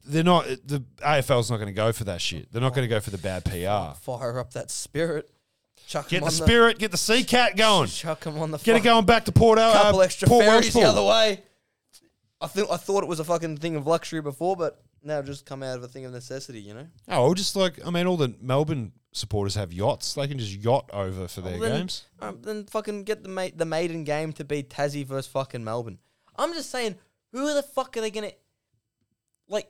[SPEAKER 4] they're not the AFL's not going to go for that shit. They're not going to go for the bad PR.
[SPEAKER 9] Fire up that spirit. Chuck
[SPEAKER 4] Get
[SPEAKER 9] 'em
[SPEAKER 4] the
[SPEAKER 9] on the-
[SPEAKER 4] spirit, get the sea cat going.
[SPEAKER 9] Chuck him on the
[SPEAKER 4] Get it going back to Port Al-
[SPEAKER 9] Couple
[SPEAKER 4] uh,
[SPEAKER 9] extra
[SPEAKER 4] Port
[SPEAKER 9] ferries the
[SPEAKER 4] Wexport.
[SPEAKER 9] other way. I think I thought it was a fucking thing of luxury before, but now just come out of a thing of necessity, you know.
[SPEAKER 4] Oh, just like I mean, all the Melbourne supporters have yachts. They can just yacht over for their
[SPEAKER 9] Well, then,
[SPEAKER 4] games.
[SPEAKER 9] um, then fucking get the ma- the maiden game to be Tassie versus fucking Melbourne. I'm just saying, who the fuck are they gonna like?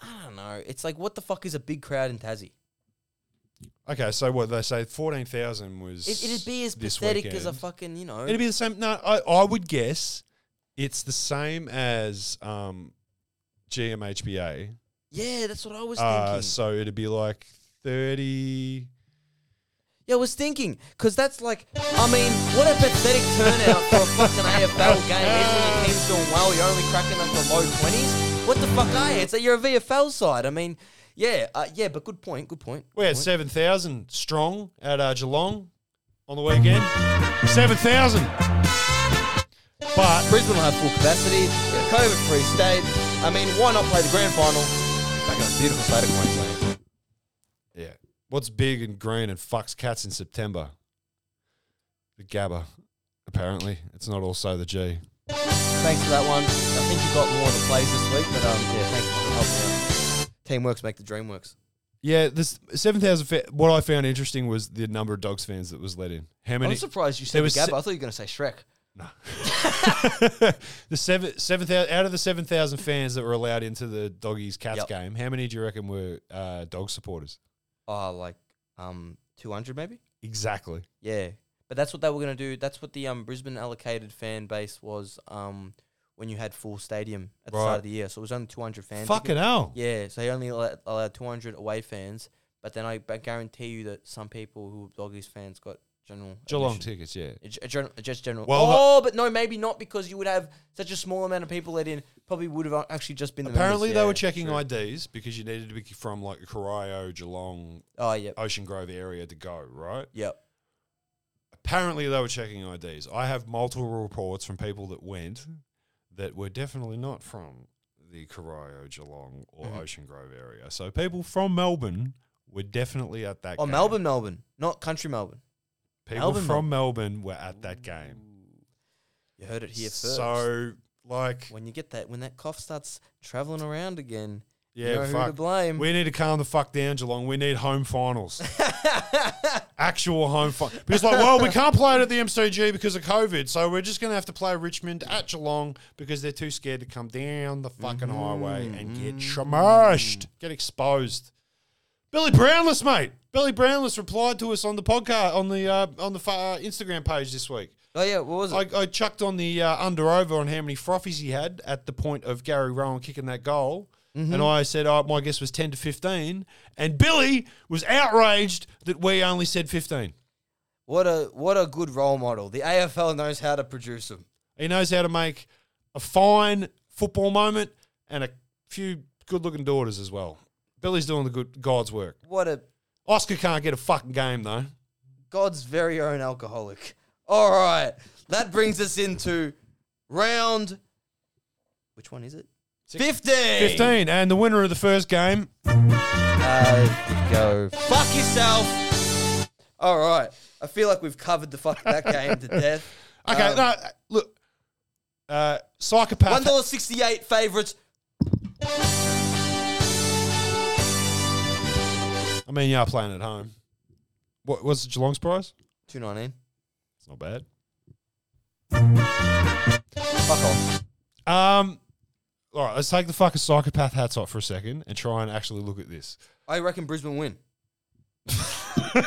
[SPEAKER 9] I don't know. It's like, what the fuck is a big crowd in Tassie?
[SPEAKER 4] Okay, so what they say, fourteen thousand was.
[SPEAKER 9] It, it'd be as
[SPEAKER 4] this
[SPEAKER 9] pathetic as a
[SPEAKER 4] weekend.
[SPEAKER 9] fucking you know.
[SPEAKER 4] It'd be the same. No, I, I would guess it's the same as um, GMHBA.
[SPEAKER 9] yeah, that's what I was
[SPEAKER 4] Uh,
[SPEAKER 9] thinking.
[SPEAKER 4] so it'd be like thirty.
[SPEAKER 9] Yeah, I was thinking because that's like, I mean, what a pathetic turnout for a fucking AFL game. Even when your team's doing well, you're only cracking like the low twenties. What the fuck are you? It's like you're a VFL side. I mean, yeah, uh, yeah, but good point. Good point.
[SPEAKER 4] We had seven thousand strong at uh, Geelong on the weekend. Seven thousand. But
[SPEAKER 9] Brisbane will have full capacity. They're a COVID-free state. I mean, why not play the grand final? Back in a beautiful state of Queensland.
[SPEAKER 4] Yeah. What's big and green and fucks cats in September? The Gabba, apparently. It's not also the G.
[SPEAKER 9] Thanks for that one. I think you got more of the plays this week, but um, yeah, thanks for the help. Yeah. Teamworks make the dream works.
[SPEAKER 4] Yeah, this seven thousand. Fa- what I found interesting was the number of dogs fans that was let in. How many?
[SPEAKER 9] I'm surprised you
[SPEAKER 4] there
[SPEAKER 9] said the
[SPEAKER 4] was
[SPEAKER 9] Gabba.
[SPEAKER 4] se-
[SPEAKER 9] I thought you were going to say Shrek.
[SPEAKER 4] the seven seven thousand out of the seven thousand fans that were allowed into the doggies cats
[SPEAKER 9] Yep.
[SPEAKER 4] game. How many do you reckon were uh, dog supporters?
[SPEAKER 9] Oh, like um, 200 maybe?
[SPEAKER 4] Exactly.
[SPEAKER 9] Yeah, but that's what they were going to do. That's what the um, Brisbane allocated fan base was um, when you had full stadium at the
[SPEAKER 4] Right.
[SPEAKER 9] start of the year. So it was only 200 fans.
[SPEAKER 4] Fucking hell.
[SPEAKER 9] Yeah, so he only allowed, allowed 200 away fans. But then I ba- guarantee you that some people who were doggies fans got general
[SPEAKER 4] Geelong
[SPEAKER 9] admission.
[SPEAKER 4] tickets, yeah.
[SPEAKER 9] A ge- a gen- just general.
[SPEAKER 4] Well, the-
[SPEAKER 9] oh, but no, maybe not because you would have such a small amount of people let in. Probably would have uh, actually just been the members.
[SPEAKER 4] Apparently, they
[SPEAKER 9] Yeah,
[SPEAKER 4] were checking
[SPEAKER 9] true.
[SPEAKER 4] IDs because you needed to be from like Corio, Geelong,
[SPEAKER 9] oh, yep.
[SPEAKER 4] Ocean Grove area to go, right?
[SPEAKER 9] Yep.
[SPEAKER 4] Apparently, they were checking IDs. I have multiple reports from people that went that were definitely not from the Corio, Geelong, or
[SPEAKER 9] Mhm.
[SPEAKER 4] Ocean Grove area. So people from Melbourne were definitely at that
[SPEAKER 9] Oh,
[SPEAKER 4] game.
[SPEAKER 9] Melbourne, Melbourne, not country Melbourne.
[SPEAKER 4] People
[SPEAKER 9] Melbourne,
[SPEAKER 4] from Melbourne were at that game.
[SPEAKER 9] You heard it here first.
[SPEAKER 4] So, like,
[SPEAKER 9] when you get that, when that cough starts traveling around again,
[SPEAKER 4] yeah,
[SPEAKER 9] you know
[SPEAKER 4] fuck.
[SPEAKER 9] who to blame.
[SPEAKER 4] We need to calm the fuck down, Geelong. We need home finals. Actual home final. But it's like, well, we can't play it at the MCG because of COVID, so we're just going to have to play Richmond at Geelong because they're too scared to come down the fucking highway and get
[SPEAKER 9] Mm-hmm.
[SPEAKER 4] smashed, get exposed. Billy Brownless, mate. Billy Brownless replied to us on the podcast on the uh, on the fa- uh, Instagram page this week.
[SPEAKER 9] Oh yeah, what was
[SPEAKER 4] it? I, I chucked on the uh, under over on how many frothies he had at the point of Gary Rowan kicking that goal,
[SPEAKER 9] Mhm.
[SPEAKER 4] and I said oh, my guess was ten to fifteen, and Billy was outraged that we only said fifteen.
[SPEAKER 9] What a what a good role model. The AFL knows how to produce them.
[SPEAKER 4] He knows how to make a fine football moment and a few good-looking daughters as well. Billy's doing the good God's work.
[SPEAKER 9] What a
[SPEAKER 4] Oscar can't get a fucking game though.
[SPEAKER 9] God's very own alcoholic. All right, that brings us into round. Which one is it? Fifteen.
[SPEAKER 4] 15. And the winner of the first game.
[SPEAKER 9] Uh, go. Fuck yourself. All right, I feel like we've covered the fuck that game to death.
[SPEAKER 4] Okay,
[SPEAKER 9] Um,
[SPEAKER 4] no, look. Uh, psychopath.
[SPEAKER 9] One dollar sixty-eight favorites.
[SPEAKER 4] I mean, you are playing at home. What was Geelong's price?
[SPEAKER 9] Two nineteen.
[SPEAKER 4] It's not bad.
[SPEAKER 9] Fuck off.
[SPEAKER 4] Um, all right, let's take the fucking psychopath hats off for a second and try and actually look at this.
[SPEAKER 9] I reckon Brisbane win. I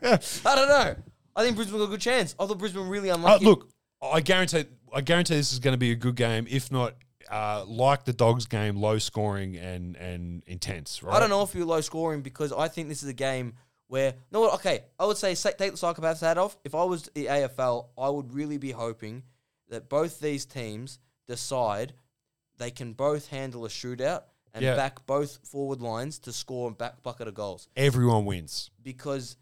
[SPEAKER 9] don't know. I think Brisbane got a good chance. I thought Brisbane really
[SPEAKER 4] Uh,
[SPEAKER 9] unlucky.
[SPEAKER 4] look, I guarantee, I guarantee this is going to be a good game. If not, uh, like the dogs game, low scoring and and intense. Right?
[SPEAKER 9] I don't know if you're low scoring because I think this is a game where no. what, Okay, I would say sa- take the psychopath's hat off. If I was the AFL, I would really be hoping that both these teams decide they can both handle a shootout and
[SPEAKER 4] Yeah.
[SPEAKER 9] back both forward lines to score and back bucket of goals
[SPEAKER 4] Everyone wins.
[SPEAKER 9] because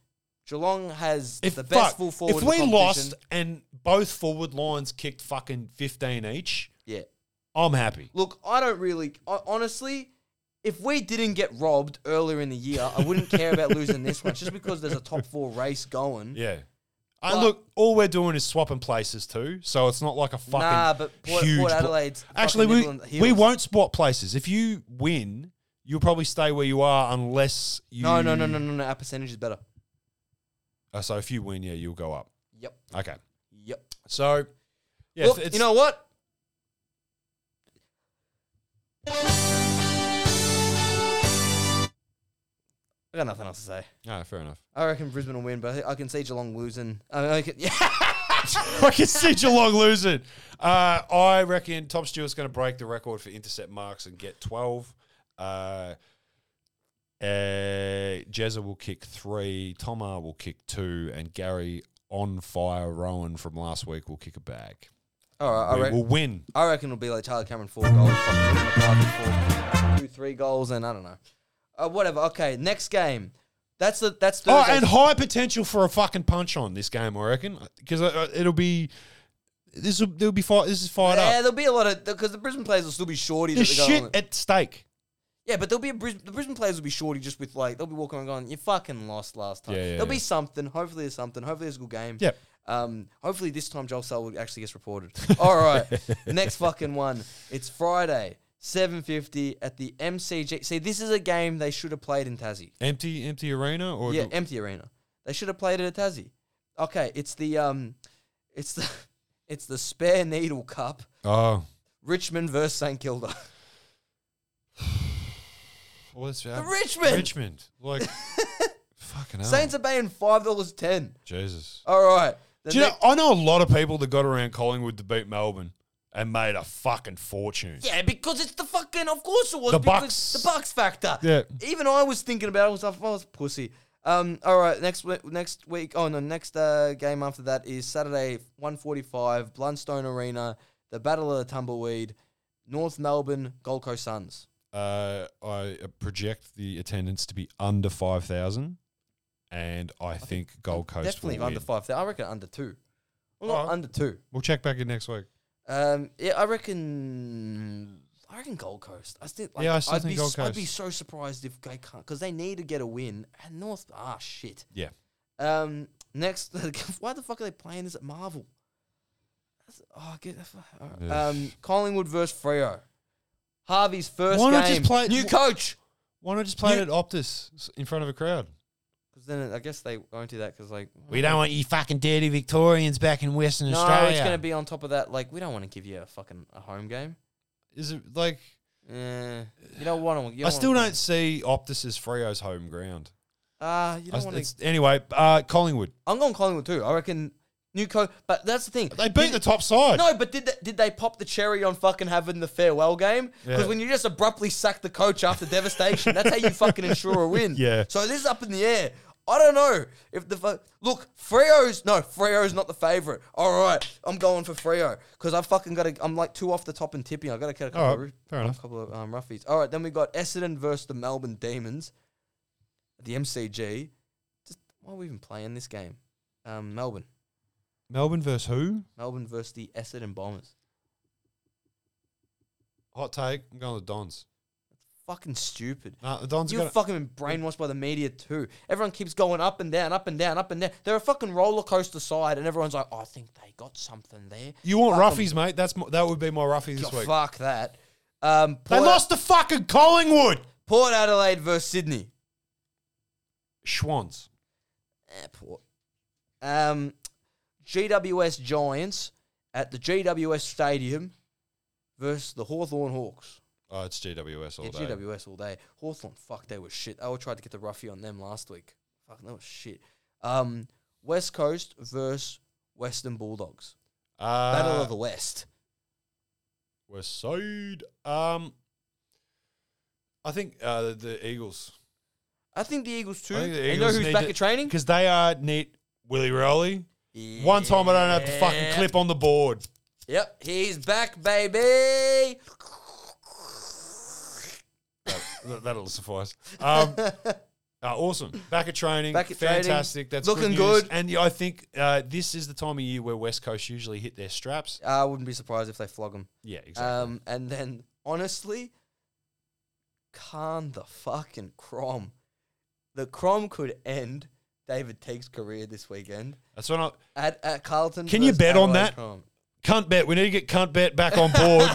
[SPEAKER 9] Geelong has
[SPEAKER 4] If
[SPEAKER 9] the best
[SPEAKER 4] fuck,
[SPEAKER 9] full forward.
[SPEAKER 4] if
[SPEAKER 9] in the
[SPEAKER 4] we
[SPEAKER 9] competition.
[SPEAKER 4] lost and both forward lines kicked fucking fifteen each,
[SPEAKER 9] yeah,
[SPEAKER 4] I'm happy.
[SPEAKER 9] Look, I don't really, I, honestly, if we didn't get robbed earlier in the year, I wouldn't care about losing this one. It's just because there's a top four race going.
[SPEAKER 4] Yeah. I look, all we're doing is swapping places too, so it's not like a fucking
[SPEAKER 9] Nah, but Port-
[SPEAKER 4] huge.
[SPEAKER 9] Port
[SPEAKER 4] blo-
[SPEAKER 9] Adelaide's
[SPEAKER 4] actually
[SPEAKER 9] fucking
[SPEAKER 4] we
[SPEAKER 9] nibbling at the
[SPEAKER 4] we
[SPEAKER 9] heels.
[SPEAKER 4] won't swap places. If you win, you'll probably stay where you are unless you.
[SPEAKER 9] No, no, no, no, no, no. Our percentage is better.
[SPEAKER 4] Uh, so if you win, yeah, you'll go up.
[SPEAKER 9] Yep.
[SPEAKER 4] Okay.
[SPEAKER 9] Yep.
[SPEAKER 4] So, yeah,
[SPEAKER 9] Look,
[SPEAKER 4] it's,
[SPEAKER 9] you know what? I got nothing else to say.
[SPEAKER 4] No, Ah, fair enough.
[SPEAKER 9] I reckon Brisbane will win, but I I can see Geelong losing. I mean, I can, yeah.
[SPEAKER 4] I can see Geelong losing. Uh, I reckon Tom Stewart's going to break the record for intercept marks and get 12. Uh, uh, Jezza will kick three. Tomar will kick two. And Gary on fire Rowan from last week will kick a bag.
[SPEAKER 9] All right,
[SPEAKER 4] we
[SPEAKER 9] I reckon
[SPEAKER 4] will win.
[SPEAKER 9] I reckon it'll be like Tyler Cameron four goals, fucking Luke McCarthy, four, two, three goals, and I don't know. Uh, whatever. Okay, next game. That's the that's
[SPEAKER 4] Oh,
[SPEAKER 9] Thursday.
[SPEAKER 4] and high potential for a fucking punch on this game, I reckon, because it'll be this will there'll be fight. This is fired
[SPEAKER 9] yeah,
[SPEAKER 4] up.
[SPEAKER 9] there'll be a lot of because the Brisbane players will still be shorty.
[SPEAKER 4] There's shit at stake.
[SPEAKER 9] Yeah, but there'll be a Brisbane, the Brisbane players will be shorty just with like they'll be walking around going, "You fucking lost last time."
[SPEAKER 4] Yeah, yeah,
[SPEAKER 9] there'll be
[SPEAKER 4] yeah.
[SPEAKER 9] something. Hopefully, there's something. Hopefully, there's a good game.
[SPEAKER 4] Yep.
[SPEAKER 9] Um, hopefully this time Joel Selwood actually gets reported. All right, next fucking one. It's Friday, seven fifty at the MCG. See, this is a game they should have played in Tassie.
[SPEAKER 4] Empty, empty arena, or
[SPEAKER 9] yeah,
[SPEAKER 4] do-
[SPEAKER 9] empty arena. They should have played it at Tassie. Okay, it's the um, it's the it's the spare needle cup.
[SPEAKER 4] oh,
[SPEAKER 9] Richmond versus St Kilda.
[SPEAKER 4] well, it's, uh,
[SPEAKER 9] The Richmond!
[SPEAKER 4] Richmond, like fucking hell.
[SPEAKER 9] Saints are paying five dollars ten.
[SPEAKER 4] Jesus.
[SPEAKER 9] All right. The
[SPEAKER 4] Do you know,
[SPEAKER 9] next-
[SPEAKER 4] I know a lot of people that got around Collingwood to beat Melbourne and made a fucking fortune.
[SPEAKER 9] yeah, because it's the fucking. Of course it was.
[SPEAKER 4] The
[SPEAKER 9] because
[SPEAKER 4] Bucks.
[SPEAKER 9] The Bucks factor.
[SPEAKER 4] Yeah.
[SPEAKER 9] Even I was thinking about it. I was, I was pussy. Um. All right. Next we- next week. Oh no. Next uh, game after that is Saturday, one forty-five, Blundstone Arena, the Battle of the Tumbleweed, North Melbourne, Gold Coast Suns.
[SPEAKER 4] Uh, I uh, project the attendance to be under 5,000, and I, think, Gold Coast will
[SPEAKER 9] Definitely
[SPEAKER 4] win.
[SPEAKER 9] under five thousand. I reckon under two. Well, not under two.
[SPEAKER 4] We'll check back in next week.
[SPEAKER 9] Um, yeah, I reckon. I reckon Gold Coast. I still, like,
[SPEAKER 4] Yeah, I still
[SPEAKER 9] would
[SPEAKER 4] think
[SPEAKER 9] be,
[SPEAKER 4] Gold
[SPEAKER 9] s- I'd
[SPEAKER 4] Coast.
[SPEAKER 9] be so surprised if they can't because they need to get a win. And North, ah, shit.
[SPEAKER 4] Yeah.
[SPEAKER 9] Um, next, why the fuck are they playing this at Marvel? That's- Oh, get the fuck. all right.
[SPEAKER 4] Yeah.
[SPEAKER 9] Um, Collingwood versus Freo. Harvey's first
[SPEAKER 4] Why
[SPEAKER 9] game.
[SPEAKER 4] not just play-
[SPEAKER 9] New
[SPEAKER 4] wh-
[SPEAKER 9] coach.
[SPEAKER 4] Why not just play
[SPEAKER 9] You-
[SPEAKER 4] it at Optus s- in front of a crowd?
[SPEAKER 9] Because then I guess they won't do that. Because like
[SPEAKER 4] you fucking dirty Victorians back in Western
[SPEAKER 9] No, it's going to be on top of that. Like we don't want to give you a fucking a home game.
[SPEAKER 4] Is it like
[SPEAKER 9] Yeah, you don't want to.
[SPEAKER 4] I still don't see Optus as Freo's home ground.
[SPEAKER 9] Ah, you
[SPEAKER 4] I
[SPEAKER 9] don't
[SPEAKER 4] s-
[SPEAKER 9] want to.
[SPEAKER 4] it's- anyway, uh, Collingwood.
[SPEAKER 9] I'm going Collingwood too. I reckon new coach, but that's the thing.
[SPEAKER 4] They beat the top side.
[SPEAKER 9] No, but did they, did they pop the cherry on fucking having the farewell game? Because
[SPEAKER 4] Yeah.
[SPEAKER 9] when you just abruptly sack the coach after devastation, that's how you fucking ensure a win.
[SPEAKER 4] Yeah.
[SPEAKER 9] So this is up in the air. I don't know if the fu- look Freo's no Freo's not the favorite. All right, I'm going for Freo because I fucking got to. I'm like two off the top and tipping. I got to get a couple
[SPEAKER 4] All
[SPEAKER 9] of
[SPEAKER 4] right,
[SPEAKER 9] roo-
[SPEAKER 4] fair enough.
[SPEAKER 9] couple of um, roughies. All right, then we got Essendon versus the Melbourne Demons, at the MCG. Just why are we even playing this game? Um, Melbourne,
[SPEAKER 4] Melbourne versus who?
[SPEAKER 9] Melbourne versus the Essendon Bombers.
[SPEAKER 4] Hot take. I'm going with the Dons.
[SPEAKER 9] Fucking stupid.
[SPEAKER 4] Nah, the Dons.
[SPEAKER 9] You've
[SPEAKER 4] Got
[SPEAKER 9] fucking been brainwashed by the media too. Everyone keeps going up and down, up and down, up and down. They're a fucking roller coaster side, and everyone's like, oh, "I think they got something there."
[SPEAKER 4] you want
[SPEAKER 9] Fuck 'em.
[SPEAKER 4] roughies, mate? That's my, that would be my roughies this
[SPEAKER 9] Oh,
[SPEAKER 4] week.
[SPEAKER 9] Fuck that. Um,
[SPEAKER 4] They lost to fucking Collingwood.
[SPEAKER 9] Port Adelaide versus Sydney.
[SPEAKER 4] Schwans.
[SPEAKER 9] Eh, Port. Um, GWS Giants at the GWS Stadium versus the Hawthorn Hawks.
[SPEAKER 4] Oh, it's GWS all
[SPEAKER 9] yeah,
[SPEAKER 4] day.
[SPEAKER 9] GWS all day. Hawthorn, fuck, they were shit. I all tried to get the roughie on them last week. Fuck, that was shit. Um, West Coast versus Western Bulldogs.
[SPEAKER 4] Uh,
[SPEAKER 9] Battle of the West.
[SPEAKER 4] West Side. Um, I think uh, the, the Eagles.
[SPEAKER 9] I think the Eagles too.
[SPEAKER 4] I think the
[SPEAKER 9] and you know
[SPEAKER 4] Eagles
[SPEAKER 9] who's
[SPEAKER 4] need
[SPEAKER 9] back
[SPEAKER 4] to-
[SPEAKER 9] at training?
[SPEAKER 4] Because they are neat Willy Rowley. One time I don't have to fucking
[SPEAKER 9] Yeah.
[SPEAKER 4] clip on the board.
[SPEAKER 9] Yep, he's back, baby.
[SPEAKER 4] Th- That'll suffice. Um, uh, awesome. Back at training.
[SPEAKER 9] Back at training.
[SPEAKER 4] Fantastic. That's
[SPEAKER 9] Looking
[SPEAKER 4] good. news.
[SPEAKER 9] good.
[SPEAKER 4] And yeah, I think uh, this is the time of year where West Coast usually hit their
[SPEAKER 9] Uh,
[SPEAKER 4] straps.
[SPEAKER 9] I wouldn't be surprised if they flog him.
[SPEAKER 4] Yeah, exactly.
[SPEAKER 9] Um, and then honestly, calm the fucking crom. The crom could end David Teague's career this weekend
[SPEAKER 4] That's what I.
[SPEAKER 9] at, at Carlton.
[SPEAKER 4] Can you
[SPEAKER 9] versus
[SPEAKER 4] bet on
[SPEAKER 9] Adelaide
[SPEAKER 4] that?
[SPEAKER 9] Crom.
[SPEAKER 4] Cunt bet. We need to get cunt bet back on board.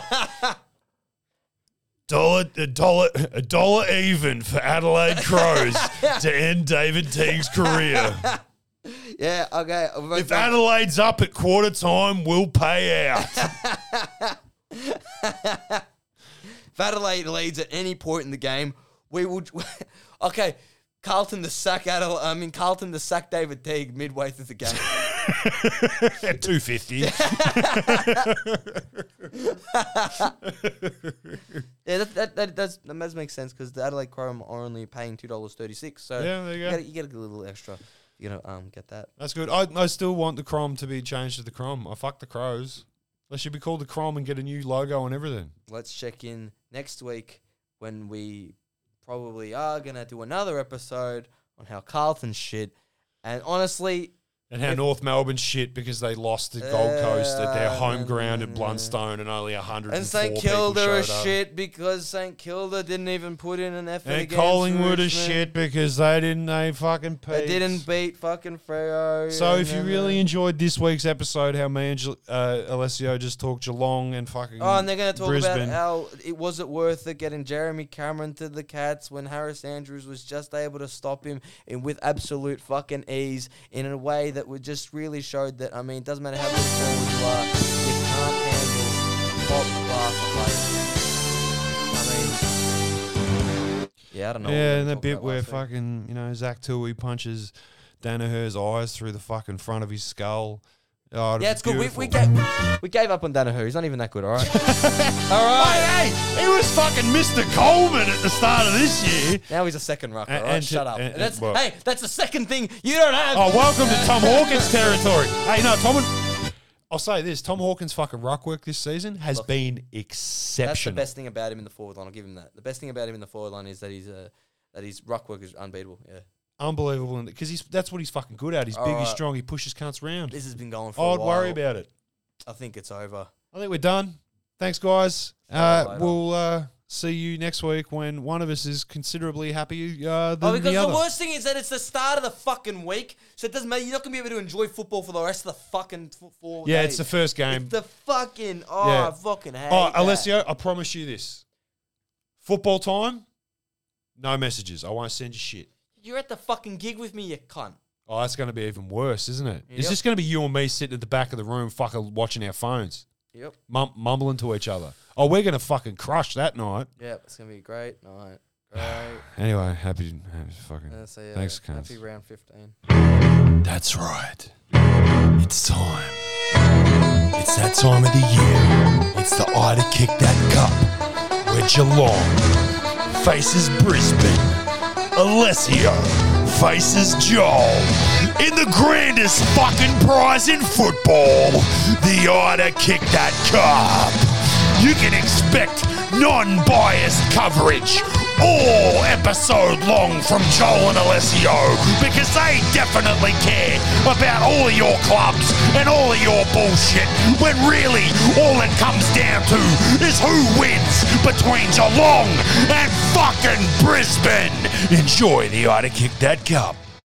[SPEAKER 4] dollar, a dollar, a dollar even for Adelaide Crows to end David Teague's career.
[SPEAKER 9] Yeah, okay. I'll vote
[SPEAKER 4] If
[SPEAKER 9] for-
[SPEAKER 4] Adelaide's up at quarter time, we'll pay out.
[SPEAKER 9] If Adelaide leads at any point in the game, we will. Okay, Carlton to sack Adelaide. I mean, Carlton to sack David Teague midway through the game.
[SPEAKER 4] At two fifty.
[SPEAKER 9] yeah, that, that, that does that does make sense because the Adelaide Chrome are only paying two dollars thirty six. So
[SPEAKER 4] Yeah, there you go.
[SPEAKER 9] gotta- You get a little extra. You know, um, get that.
[SPEAKER 4] That's good. I, I still want the Crom to be changed to the Crom. I fuck the Crows. They should be called the Crom and get a new logo and everything.
[SPEAKER 9] Let's check in next week when we probably are gonna do another episode on how Carlton shit. And honestly,
[SPEAKER 4] And how
[SPEAKER 9] if- Uh,
[SPEAKER 4] North Melbourne shit because they lost to Gold Coast at their home ground at Blundstone and only 104
[SPEAKER 9] mm. And St
[SPEAKER 4] people
[SPEAKER 9] Kilda are
[SPEAKER 4] showed up.
[SPEAKER 9] shit because St Kilda didn't even put in an effort.
[SPEAKER 4] And
[SPEAKER 9] against
[SPEAKER 4] Collingwood are
[SPEAKER 9] Richmond.
[SPEAKER 4] shit because they didn't, they fucking paid.
[SPEAKER 9] They didn't beat fucking Freo.
[SPEAKER 4] So
[SPEAKER 9] and
[SPEAKER 4] if you
[SPEAKER 9] then-
[SPEAKER 4] really enjoyed this week's episode, how me and Gel- uh, Alessio just talked Geelong and fucking
[SPEAKER 9] Oh, and they're going to talk
[SPEAKER 4] Brisbane.
[SPEAKER 9] about how it was it worth it getting Jeremy Cameron to the Cats when Harris Andrews was just able to stop him and with absolute fucking ease in a way that would just really showed that I mean it doesn't matter how good forward you are, you can't handle top class players. I mean, yeah, I don't know. what we
[SPEAKER 4] Yeah,
[SPEAKER 9] were
[SPEAKER 4] and that
[SPEAKER 9] talking
[SPEAKER 4] bit
[SPEAKER 9] about
[SPEAKER 4] where
[SPEAKER 9] last week.
[SPEAKER 4] fucking, you know, Zach Tui punches Danaher's eyes through the fucking front of his skull. Oh,
[SPEAKER 9] Yeah, it's good. We, we, gave, we gave up on Danaher. He's not even that good, all right? all right.
[SPEAKER 4] Hey, he was fucking Mr. Coleman at the start of this year.
[SPEAKER 9] Now he's a second rucker,
[SPEAKER 4] And-
[SPEAKER 9] all right?
[SPEAKER 4] and to-
[SPEAKER 9] Shut up.
[SPEAKER 4] and- and
[SPEAKER 9] that's,
[SPEAKER 4] what?
[SPEAKER 9] hey, that's the second thing you don't have.
[SPEAKER 4] Oh, welcome to Tom Hawkins territory. Hey, no, Tom. and- I'll say this: Tom Hawkins' fucking rock work this season has
[SPEAKER 9] Look,
[SPEAKER 4] been
[SPEAKER 9] That's the
[SPEAKER 4] exceptional.
[SPEAKER 9] best thing about him in the forward line. I'll give him that. The best thing about him in the forward line is that he's uh, that his ruck work is unbeatable. Yeah.
[SPEAKER 4] Unbelievable, because he's that's what he's fucking good at. He's
[SPEAKER 9] All
[SPEAKER 4] big, he's
[SPEAKER 9] right.
[SPEAKER 4] strong, he pushes cunts round.
[SPEAKER 9] This has been going for.
[SPEAKER 4] I'd
[SPEAKER 9] a while.
[SPEAKER 4] worry about it.
[SPEAKER 9] I think it's over.
[SPEAKER 4] I think we're done. Thanks, guys.
[SPEAKER 9] you
[SPEAKER 4] Uh,
[SPEAKER 9] later.
[SPEAKER 4] we'll uh, see you next week when one of us is considerably happier uh, than
[SPEAKER 9] Oh, because
[SPEAKER 4] the
[SPEAKER 9] the,
[SPEAKER 4] other.
[SPEAKER 9] worst thing is that it's the start of the fucking week, so it doesn't matter. You're not gonna be able to enjoy football for the rest of the fucking f- four.
[SPEAKER 4] yeah,
[SPEAKER 9] days.
[SPEAKER 4] it's the first game.
[SPEAKER 9] It's the fucking oh,
[SPEAKER 4] Yeah.
[SPEAKER 9] I fucking hate.
[SPEAKER 4] Oh,
[SPEAKER 9] that.
[SPEAKER 4] Alessio, I promise you this: football time, no messages. I won't send you shit.
[SPEAKER 9] you're at the fucking gig with me, you cunt.
[SPEAKER 4] Oh, that's going to be even worse, isn't it? It's
[SPEAKER 9] Yep.
[SPEAKER 4] just going to be you and me sitting at the back of the room, fucking watching our phones,
[SPEAKER 9] Yep.
[SPEAKER 4] mum- mumbling to each other. Oh, we're going to fucking crush that night.
[SPEAKER 9] Yep. It's gonna be a great night. Great.
[SPEAKER 4] Anyway, happy, happy fucking.
[SPEAKER 9] Uh, so yeah,
[SPEAKER 4] thanks, cunts.
[SPEAKER 9] happy round fifteen.
[SPEAKER 4] That's right. It's time. It's that time of the year. It's the eye to kick that cup. Where Geelong faces Brisbane. Alessio faces Joel. In the grandest fucking prize in football, the eye to kick that cup. You can expect non-biased coverage all episode long from Joel and Alessio because they definitely care about all of your clubs and all of your bullshit when really all it comes down to is who wins between Geelong and fucking Brisbane. Enjoy the Eye to Kick That Cup.